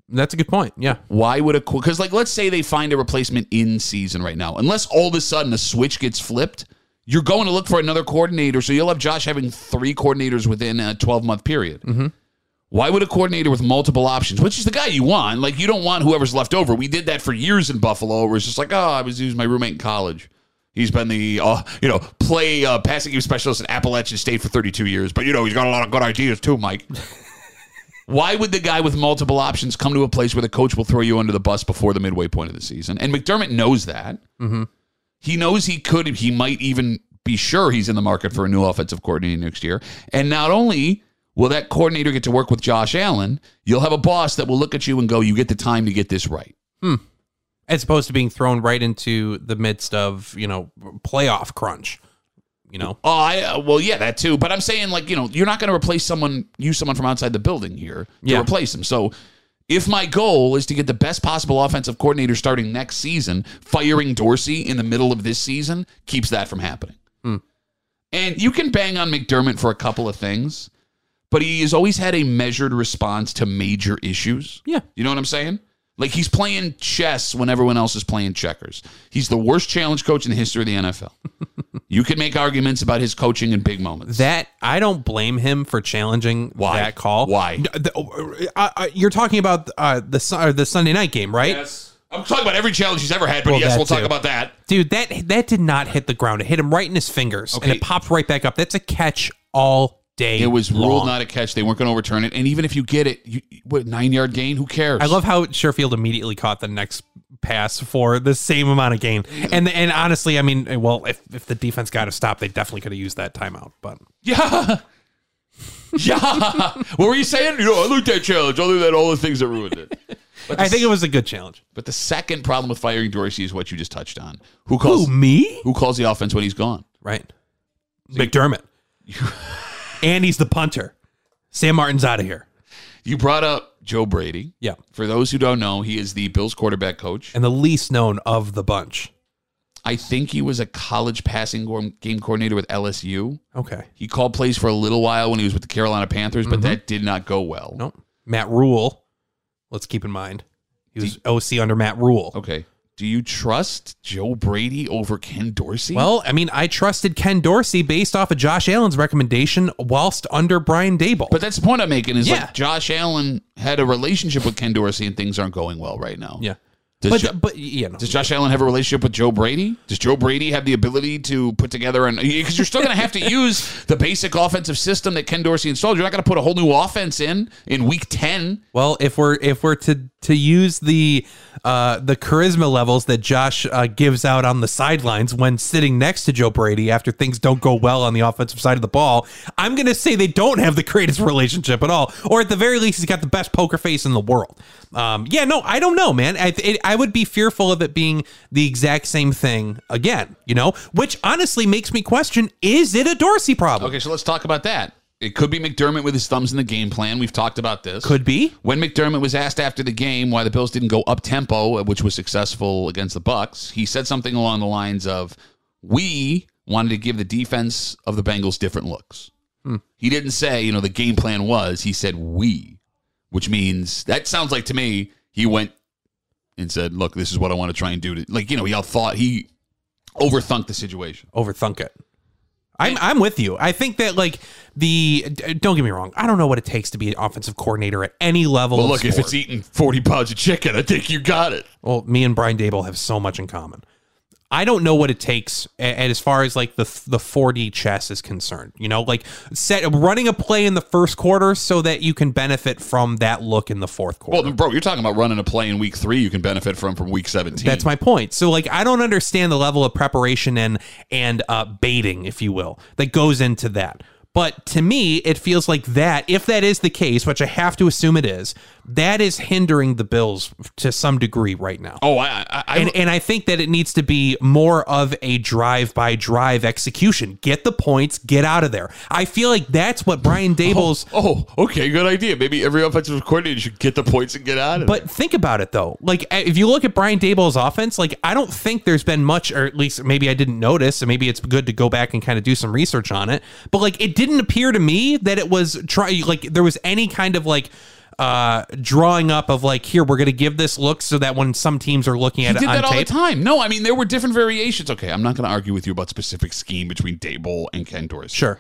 That's a good point. Yeah,
Why would a because like let's say they find a replacement in season right now, unless all of a sudden a switch gets flipped, you're going to look for another coordinator. So you'll have Josh having three coordinators within a 12 month period. Why would a coordinator with multiple options, which is the guy you want, like you don't want whoever's left over. We did that for years in Buffalo, where it's just like, oh, I was he was my roommate in college. He's been the uh, you know play uh, passing game specialist at Appalachian State for 32 years, but you know he's got a lot of good ideas too, Mike. Why would the guy with multiple options come to a place where the coach will throw you under the bus before the midway point of the season? And McDermott knows that. He knows he could, he might even be sure he's in the market for a new offensive coordinator next year. And not only will that coordinator get to work with Josh Allen, you'll have a boss that will look at you and go, You get the time to get this right.
as opposed to being thrown right into the midst of you know playoff crunch. You know,
Oh, I, uh, well, yeah, that too. But I'm saying, like, you know, you're not going to replace someone, use someone from outside the building here to
Yeah.
replace them. So if my goal is to get the best possible offensive coordinator starting next season, firing Dorsey in the middle of this season keeps that from happening.
Hmm.
And you can bang on McDermott for a couple of things, but he has always had a measured response to major issues.
Yeah.
You know what I'm saying? Like he's playing chess when everyone else is playing checkers. He's the worst challenge coach in the history of the NFL. you can make arguments about his coaching in big moments.
That I don't blame him for challenging
Why?
that call.
Why?
No, the- uh, uh, you're talking about uh, the Su- or the Sunday night game, right?
yes. I'm talking about every challenge he's ever had, but
Well,
yes,
that
we'll talk
too.
about that.
Dude, that that did not hit the ground. It hit him right in his fingers, and
Okay.
it popped right back up. That's a catch all day.
It was
long.
ruled not a catch. They weren't going to overturn it. And even if you get it, you, what nine yard gain? Who cares?
I love how Sherfield immediately caught the next pass for the same amount of gain. And and honestly, I mean, well, if, if the defense got to stop, they definitely could have used that timeout. But
Yeah. Yeah. what were you saying? You know, I looked at challenge. Other than all the things that ruined it. But the,
I think it was a good challenge.
but the second problem with firing Dorsey is what you just touched on. Who calls
me?
who calls the offense when he's gone?
Right. McDermott. and he's the punter. Sam Martin's out of here.
You brought up Joe Brady.
Yeah.
For those who don't know, he is the Bills quarterback coach.
And the least known of the bunch.
I think he was a college passing gorm- game coordinator with LSU.
Okay.
He called plays for a little while when he was with the Carolina Panthers, but
Mm-hmm.
that did not go well.
Nope. Matt Rule. Let's keep in mind. He was OC under Matt Rule.
Okay. Do you trust Joe Brady over Ken Dorsey?
Well, I mean, I trusted Ken Dorsey based off of Josh Allen's recommendation whilst under Brian Dable.
But that's the point I'm making is
Yeah.
like Josh Allen had a relationship with Ken Dorsey and things aren't going well right now.
yeah.
Does,
But,
Jo-
but you know,
does Josh Allen have a relationship with Joe Brady? Does Joe Brady have the ability to put together an because you're still going to have to use the basic offensive system that Ken Dorsey installed. You're not going to put a whole new offense in in week 10.
well, if we're if we're to to use the uh, the charisma levels that Josh uh, gives out on the sidelines when sitting next to Joe Brady after things don't go well on the offensive side of the ball, I'm going to say they don't have the greatest relationship at all, or at the very least, he's got the best poker face in the world. Um, yeah, no, I don't know, man. I it, I would be fearful of it being the exact same thing again, you know, which honestly makes me question: Is it a Dorsey problem?
Okay, so let's talk about that. It could be McDermott with his thumbs in the game plan. We've talked about this.
Could be.
When McDermott was asked after the game why the Bills didn't go up tempo, which was successful against the Bucks, he said something along the lines of, "We wanted to give the defense of the Bengals different looks."
Hmm.
He didn't say, you know, the game plan was. He said we, which means that sounds like to me he went and said, "Look, this is what I want to try and do." To, like, you know, he all thought he overthunk the situation.
overthunk it. I'm I'm with you. I think that like the d- don't get me wrong. I don't know what it takes to be an offensive coordinator at any level.
But
of
look, if
sport.
it's e- eating forty pounds of chicken, I think you got it.
well, me and Brian Dable have so much in common. I don't know what it takes, a- and as far as like the the 4D chess is concerned, you know, like set running a play in the first quarter so that you can benefit from that look in the fourth quarter.
Well, then, bro, you're talking about running a play in week three. You can benefit from from week seventeen.
That's my point. So like I don't understand the level of preparation and and uh, baiting, if you will, that goes into that. But to me, it feels like that, if that is the case, which I have to assume it is, that is hindering the Bills to some degree right now.
Oh, I, I, I
And, and I think that it needs to be more of a drive by drive execution. Get the points, get out of there. I feel like that's what Brian Dable's
oh, okay, good idea. Maybe every offensive coordinator should get the points and get out of it.
But think about it though. Like if you look at Brian Dable's offense, like I don't think there's been much, or at least maybe I didn't notice, and maybe it's good to go back and kind of do some research on it. But like it didn't appear to me that it was try like there was any kind of like uh drawing up of like here we're gonna give this look so that when some teams are looking at
He
it
did
on
that all the
tape.
time. No, I mean there were different variations. Okay, I'm not going to argue with you about specific scheme between Dable and Ken Dorsey.
Sure.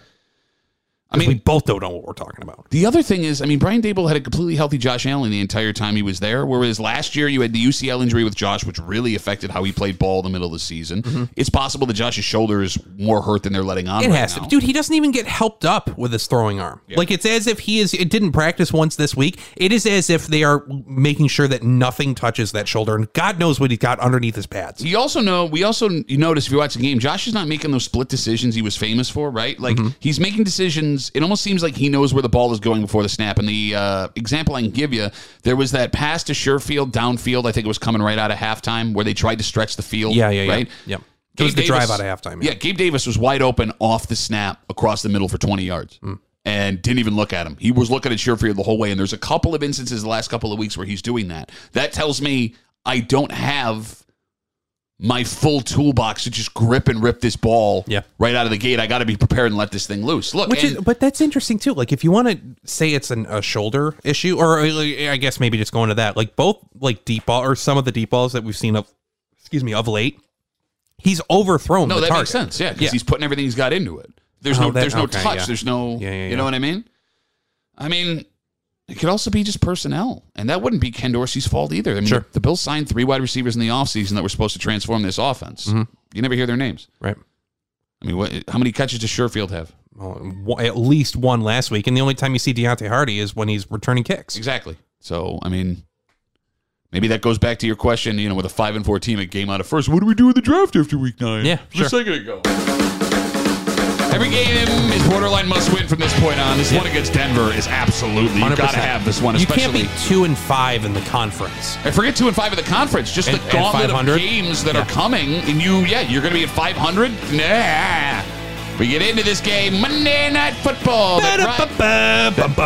I mean we both don't know what we're talking about.
The other thing is, I mean, Brian Dable had a completely healthy Josh Allen the entire time he was there. Whereas last year you had the UCL injury with Josh, which really affected how he played ball in the middle of the season. It's possible that Josh's shoulder is more hurt than they're letting on.
Mm-hmm. It
right
has to.
now.
Dude, he doesn't even get helped up with his throwing arm. Like it's as if he is it didn't practice once this week. It is as if they are making sure that nothing touches that shoulder and God knows what he's got underneath his pads.
You also know we also you notice if you watch the game, Josh is not making those split decisions he was famous for, right? Like
Mm-hmm.
he's making decisions. It almost seems like he knows where the ball is going before the snap. And the uh, example I can give you, there was that pass to Sherfield downfield. I think it was coming right out of halftime where they tried to stretch the field.
Yeah, yeah, yeah.
right.
Yeah. It was
Gabe
the drive
Davis-
out of halftime,
Yeah.
yeah.
Gabe Davis was wide open off the snap across the middle for 20 yards and didn't even look at him. He was looking at Sherfield the whole way. And there's a couple of instances the last couple of weeks where he's doing that. That tells me I don't have my full toolbox to just grip and rip this ball
Yeah.
right out of the gate. I got to be prepared and let this thing loose. Look,
Which
and-
is, but that's interesting too. Like, if you want to say it's an, a shoulder issue, or uh, like, I guess maybe just going to that, like both like deep ball or some of the deep balls that we've seen of, excuse me, of late, he's overthrown.
no,
the
that
target.
makes sense. Yeah, because
Yeah.
he's putting everything he's got into it. There's
Oh,
no,
that-
there's no
okay,
touch.
yeah.
There's no,
Yeah, yeah,
you
yeah.
know what I mean? I mean, it could also be just personnel, and that wouldn't be Ken Dorsey's fault either. I mean,
Sure.
the, Bills signed three wide receivers in the offseason that were supposed to transform this offense.
Mm-hmm.
You never hear their names.
Right.
I mean, what, how many catches does Sherfield have?
Well, one- at least one last week, and the only time you see Deontay Hardy is when he's returning kicks.
Exactly. So, I mean, maybe that goes back to your question. You know, with a five and four team, it came out of first. What do we do in the draft after week nine?
Yeah,
Where's that gonna go? Every game is borderline must win from this point on. This one against Denver is absolutely you got to
100%.
have this one,
You can't
especially.
be two and five in the conference.
I forget two and five of the conference. Just
And-
the
and
gauntlet of
500?
games that are coming, and you, yeah, you're going to be at 500. Nah, we get into this game Monday Night Football. that Ryan- That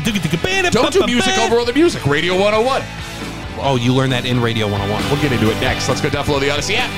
Don't
Don't do music over other music. Radio 101.
Oh, you learned that in Radio 101.
We'll get into it next. Let's go download the Odyssey app.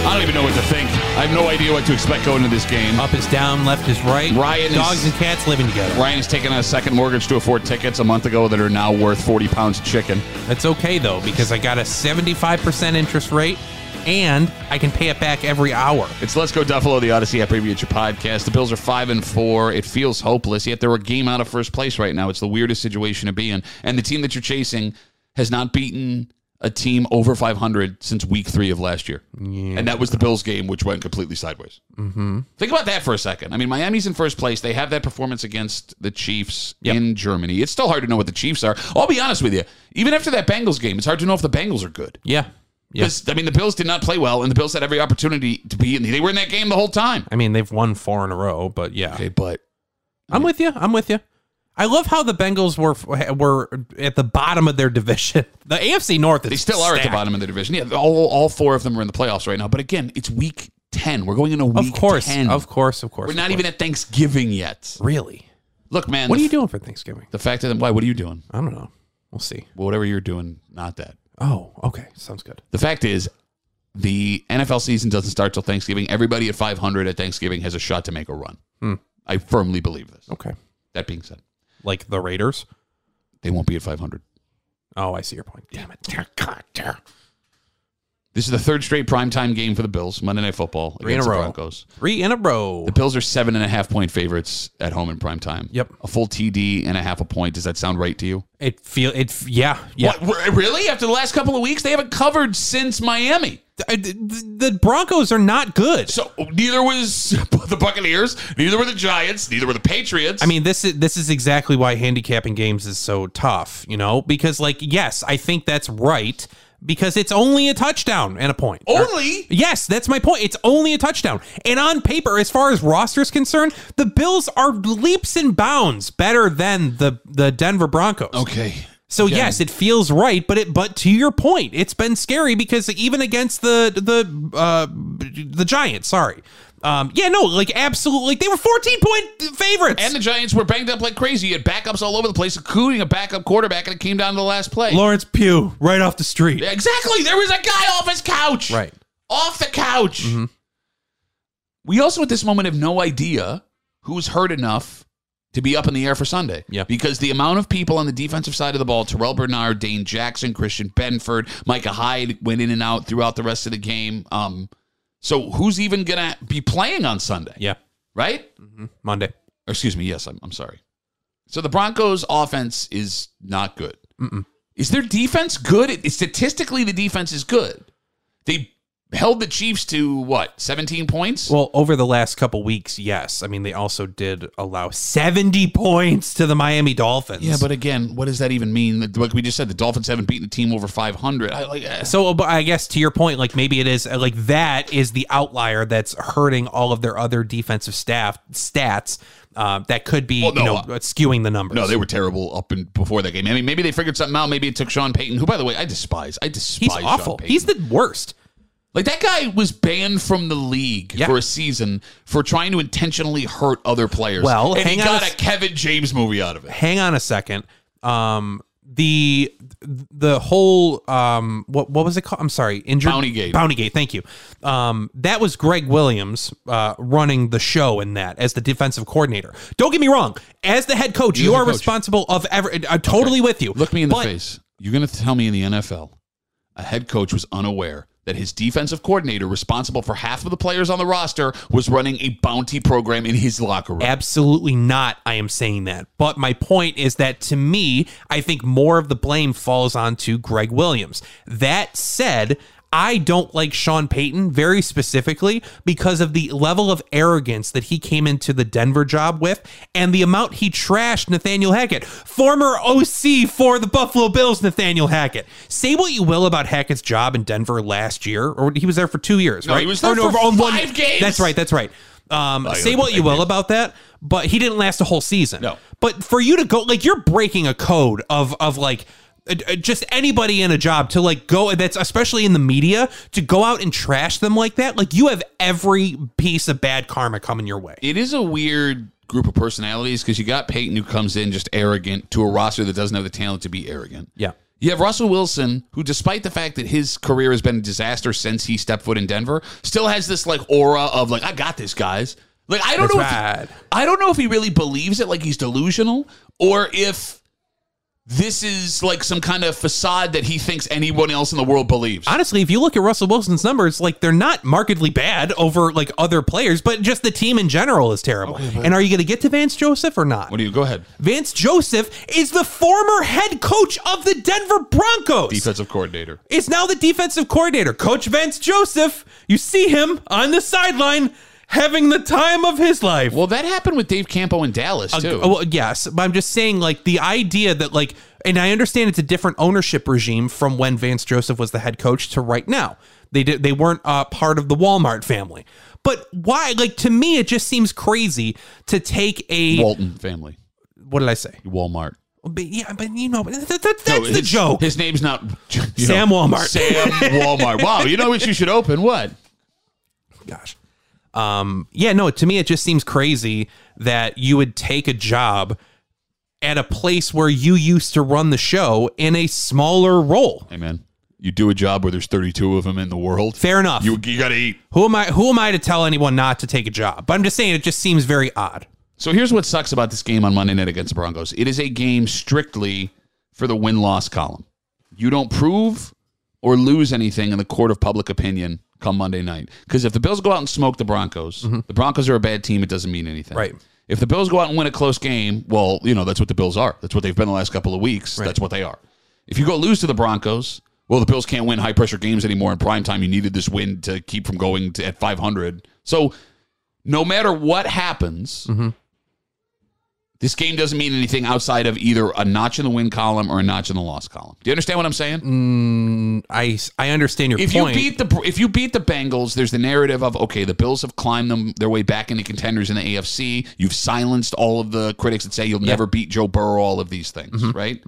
I don't even know what to think. I have no idea what to expect going into this game.
Up is down, left is right.
Ryan is-
Dogs and cats living together.
Ryan has taken a second mortgage to afford tickets a month ago that are now worth 40 pounds of chicken.
That's okay though, because I got a 75% interest rate and I can pay it back every hour.
It's Let's Go Duffalo, the Odyssey app preview at your podcast. The Bills are five and four. It feels hopeless, yet they're a game out of first place right now. It's the weirdest situation to be in. And the team that you're chasing has not beaten a team over 500 since week three of last year. And that was the Bills game, which went completely sideways. Mm-hmm. Think about that for a second. I mean, Miami's in first place. They have that performance against the Chiefs
Yep.
in Germany. It's still hard to know what the Chiefs are. I'll be honest with you. Even after that Bengals game, it's hard to know if the Bengals are good.
Yeah. Yeah.
Because I mean, the Bills did not play well, and the Bills had every opportunity to be in. They were in that game the whole time.
I mean, they've won four in a row, but yeah.
Okay, but
I'm with you. I'm with you. I love how the Bengals were were at the bottom of their division. The AFC North is
they still are at the
stacked.
bottom of the division. Yeah, all, all four of them are in the playoffs right now. But again, it's week ten. We're going into week
Of course.
10.
Of course, of course.
we're
of
not
course.
even at Thanksgiving yet.
Really?
Look, man,
What
the,
are you
f-
doing for Thanksgiving?
The fact that why? What are you doing?
I don't know. We'll see.
Well, whatever you're doing, not that.
Oh, okay. Sounds good.
The fact is, the NFL season doesn't start till Thanksgiving. Everybody at 500 at Thanksgiving has a shot to make a run.
Hmm.
I firmly believe this.
Okay.
That being said,
Like the Raiders.
they won't be at 500.
Oh, I see your point. Damn it. God damn.
This is the third straight primetime game for the Bills, Monday Night Football
in
against
a
the
row.
Broncos.
Three in a row.
The Bills are seven and a half point favorites at home in primetime.
Yep.
A full TD and a half a point. Does that sound right to you?
It feel it. f- Yeah, yeah.
What, re- really? After the last couple of weeks, they haven't covered since Miami.
Uh, th- th- The Broncos are not good.
So neither was the Buccaneers, neither were the Giants, neither were the Patriots.
I mean, this is this is exactly why handicapping games is so tough. You know, because like, yes, I think that's right because it's only a touchdown and a point.
only.
Yes, that's my point. It's only a touchdown. And on paper, as far as roster is concerned, the Bills are leaps and bounds better than the the Denver Broncos.
Okay.
So yes, it feels right, but it but to your point, it's been scary because even against the the uh the Giants, sorry. Um yeah, no, like absolutely like they were 14 point favorites.
And the Giants were banged up like crazy. You had backups all over the place, including a backup quarterback, and it came down to the last play.
Lawrence Pugh right off the street.
Exactly. There was a guy off his couch.
Right. Mm-hmm.
Off the couch. We also at this moment have no idea who's hurt enough to be up in the air for Sunday.
Yeah.
Because the amount of people on the defensive side of the ball, Terrell Bernard, Dane Jackson, Christian Benford, Micah Hyde went in and out throughout the rest of the game. Um, so who's even gonna be playing on Sunday?
Yeah.
Right?
Monday.
Or excuse me, yes, I'm I'm sorry. So the Broncos offense is not good. Is their defense good? It- statistically, the defense is good. They held the Chiefs to what, 17 points?
Well, over the last couple weeks, yes. I mean, they also did allow 70 points to the Miami Dolphins.
yeah, but again, what does that even mean? That- Like we just said, the Dolphins haven't beaten a team over 500. I, like, eh.
So, uh, but I guess to your point, like maybe it is uh, like that is the outlier that's hurting all of their other defensive staff stats uh, that could be
Well, no,
you know
uh,
skewing the numbers.
no, they were terrible up and before that game. I mean, maybe they figured something out. Maybe it took Sean Payton, who, by the way, I despise. I despise.
he's
Sean
awful.
Payton.
He's the worst.
Like that guy was banned from the league
Yeah.
for a season for trying to intentionally hurt other players.
Well,
and he
hang on a
got a
s-
Kevin James movie out of it.
hang on a second. Um, the the whole um, what what was it called? I'm sorry, injured
Bounty Gate.
Bounty Gate. Thank you. Um, that was Greg Williams uh, running the show in that as the defensive coordinator. Don't get me wrong. As the head coach, you
the
are
coach.
responsible of every. I'm totally with you.
Look me in the
But
face. You're going to tell me in the NFL, a head coach was unaware that his defensive coordinator, responsible for half of the players on the roster, was running a bounty program in his locker room.
Absolutely not. I am saying that. But my point is that to me, I think more of the blame falls onto Greg Williams. That said, I don't like Sean Payton very specifically because of the level of arrogance that he came into the Denver job with and the amount he trashed Nathaniel Hackett, former OC for the Buffalo Bills, Nathaniel Hackett. Say what you will about Hackett's job in Denver last year, or he was there for two years,
No,
right?
he was
Or
there for
on
five games.
That's right. That's right. Um, say what you will about that, but he didn't last a whole season.
No.
But for you to go like you're breaking a code of of like uh, uh, just anybody in a job to like go that's especially in the media to go out and trash them like that like you have every piece of bad karma coming your way
it is a weird group of personalities because you got Peyton who comes in just arrogant to a roster that doesn't have the talent to be arrogant.
yeah
You have Russell Wilson, who, despite the fact that his career has been a disaster since he stepped foot in Denver, still has this like aura of like, I got this, guys. Like I don't
That's
know, if
right.
I don't know if he really believes it, like he's delusional, or if this is like some kind of facade that he thinks anyone else in the world believes.
honestly if you look at russell wilson's numbers like they're not markedly bad over like other players but just the team in general is terrible and are you going to get to vance joseph or not
what do you? Go ahead.
Vance Joseph is the former head coach of the Denver Broncos.
Defensive coordinator.
Is now the defensive coordinator, Coach Vance Joseph. You see him on the sideline having the time of his life.
Well, that happened with Dave Campo in Dallas too.
Uh, well, yes, but I'm just saying, like the idea that, like, and I understand it's a different ownership regime from when Vance Joseph was the head coach to right now. They did, they weren't uh, part of the Walmart family. But why? Like to me, it just seems crazy to take a
Walton family,
what did I say?
Walmart.
But yeah, but you know, that, that, that's the
his-
joke.
Oh, His name's not you know,
Sam Walmart.
Sam Walmart. Wow, you know what you should open? What?
gosh. Um, yeah, no, to me, it just seems crazy that you would take a job at a place where you used to run the show in a smaller role.
Hey man, you do a job where there's 32 of them in the world.
Fair enough.
You you gotta eat.
who am I? Who am I to tell anyone not to take a job? But I'm just saying, it just seems very odd.
So here's what sucks about this game on Monday night against the Broncos. It is a game strictly for the win loss column. You don't prove or lose anything in the court of public opinion come Monday night. Because if the Bills go out and smoke the Broncos, the Broncos are a bad team. It doesn't mean anything.
Right.
If the Bills go out and win a close game, well, you know, that's what the Bills are. That's what they've been the last couple of weeks. That's what they are. If you go lose to the Broncos, well, the Bills can't win high pressure games anymore in prime time. You needed this win to keep from going to, at 500. So no matter what happens, this game doesn't mean anything outside of either a notch in the win column or a notch in the loss column. Do you understand what I'm saying?
I I understand your
if
point.
you beat the if you beat the Bengals, there's the narrative of okay, the Bills have climbed them their way back into contenders in the AFC. You've silenced all of the critics that say you'll never beat Joe Burrow. All of these things,
Mm-hmm.
right?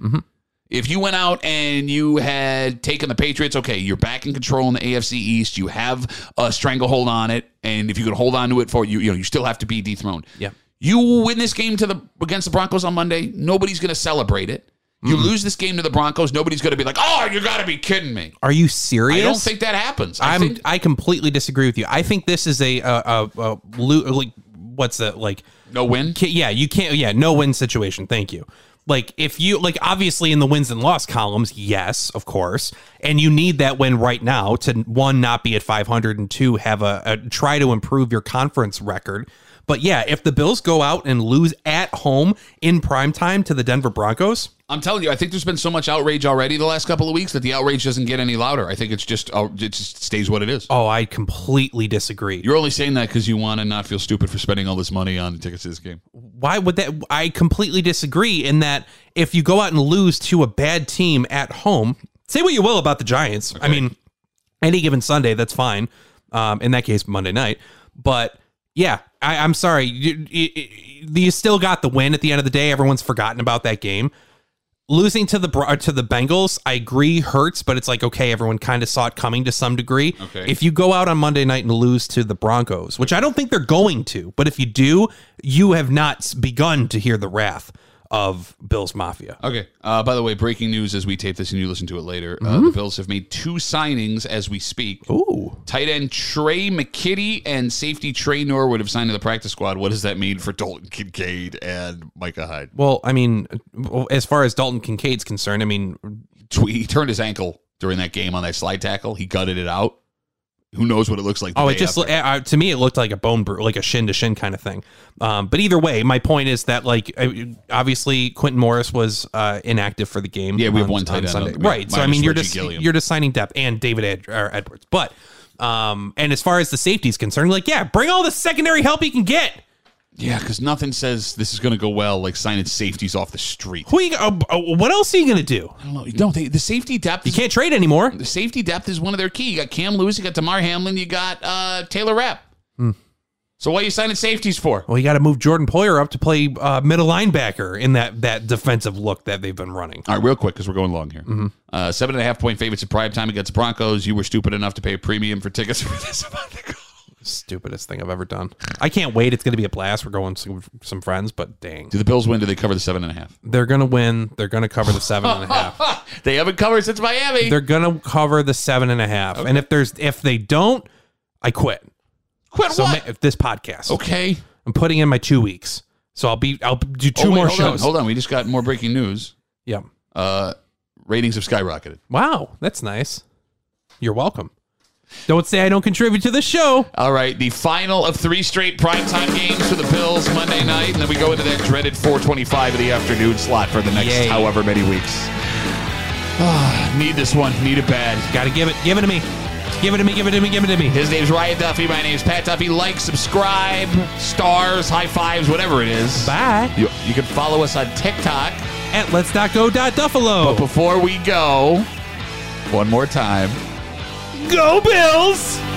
If you went out and you had taken the Patriots, okay, you're back in control in the AFC East. You have a stranglehold on it, and if you can hold on to it for you, you know, you still have to be dethroned.
Yeah.
You win this game to the against the Broncos on Monday, nobody's going to celebrate it. You
Mm-hmm.
lose this game to the Broncos, nobody's going to be like, "Oh, you got to be kidding me."
Are you serious?
I don't think that happens. I
I'm
think
I completely disagree with you. I think this is a a, a, a lo- like what's the like
no win.
Ca- yeah, you can't. Yeah, no win situation. Thank you. Like if you like, obviously in the wins and loss columns, yes, of course, and you need that win right now to one not be at 500 and two have a, a try to improve your conference record. But yeah, if the Bills go out and lose at home in prime time to the Denver Broncos,
I'm telling you, I think there's been so much outrage already the last couple of weeks that the outrage doesn't get any louder. I think it's just uh, it just stays what it is.
oh, I completely disagree.
You're only saying that because you want to not feel stupid for spending all this money on tickets to this game.
why would that I completely disagree in that if you go out and lose to a bad team at home, say what you will about the Giants. I mean, any given Sunday, that's fine. Um, in that case, Monday night. But yeah, I, I'm sorry. You, you, you still got the win at the end of the day. Everyone's forgotten about that game. losing to the Bro- to the Bengals, I agree hurts, but it's like okay, everyone kind of saw it coming to some degree.
Okay.
If you go out on Monday night and lose to the Broncos, which I don't think they're going to, but if you do, you have not s- begun to hear the wrath of Bills Mafia.
Okay. Uh, by the way, breaking news as we tape this and you listen to it later. Uh,
Mm-hmm.
the Bills have made two signings as we speak.
Ooh.
Tight end Trey McKitty and safety Trey Norwood have signed to the practice squad. What does that mean for Dalton Kincaid and Micah Hyde?
Well, I mean, well, as far as Dalton Kincaid's concerned, I mean,
Tw- He turned his ankle during that game on that slide tackle. He gutted it out. Who knows what it looks like? the
oh, it
day
just
after.
uh, to me it looked like a bone bruise, like a shin to shin kind of thing. Um, but either way, my point is that like I- obviously Quentin Morris was uh, inactive for the game.
Yeah, we have
on-
one tight
on
end
Sunday,
on- we-
right? So I
minus
mean, you're
Reggie
just
Gilliam.
you're just signing depth and David Ed- or Edwards. But um, and as far as the safety's concerned, like yeah, bring all the secondary help you can get.
yeah, because nothing says this is going to go well like signing safeties off the street.
Who you, uh, uh, what else are you gonna do?
I don't know. No, they, the safety depth.
You
Is,
can't trade anymore.
the safety depth is one of their key. You got Cam Lewis. You got Damar Hamlin. You got uh, Taylor Rapp. So what are you signing safeties for?
Well, you got to move Jordan Poyer up to play uh, middle linebacker in that that defensive look that they've been running.
All right, real quick because we're going long here. Uh, seven and a half point favorites at prime time against the Broncos. You were stupid enough to pay a premium for tickets for this about to go.
Stupidest thing I've ever done. I can't wait. It's going to be a blast. We're going some some friends, but dang,
Do the Bills win? Do they cover the seven and a half?
they're going to win. They're going to cover the seven and a half.
They haven't covered since Miami.
They're going to cover the seven and a half. And if there's if they don't, I quit.
Quit
So
what?
ma- if this podcast,
okay.
I'm putting in my two weeks. So I'll be I'll do two
Oh, wait,
more
hold
shows.
On, hold on, we just got more breaking news.
yeah.
Uh, ratings have skyrocketed.
Wow, that's nice. You're welcome. Don't say I don't contribute to the show.
All right, the final of three straight primetime games for the Bills Monday night, and then we go into that dreaded 425 of the afternoon slot for the next
Yay.
however many weeks. Ah, need this one. Need it bad.
Got to give it give it to me. Give it to me. Give it to me. Give it to me.
His name's Ryan Duffy. My name's Pat Duffy. Like, subscribe, stars, high fives, whatever it is.
Bye.
You, you can follow us on TikTok.
At let's not go dot
But
duffalo.
before we go, one more time.
Go Bills.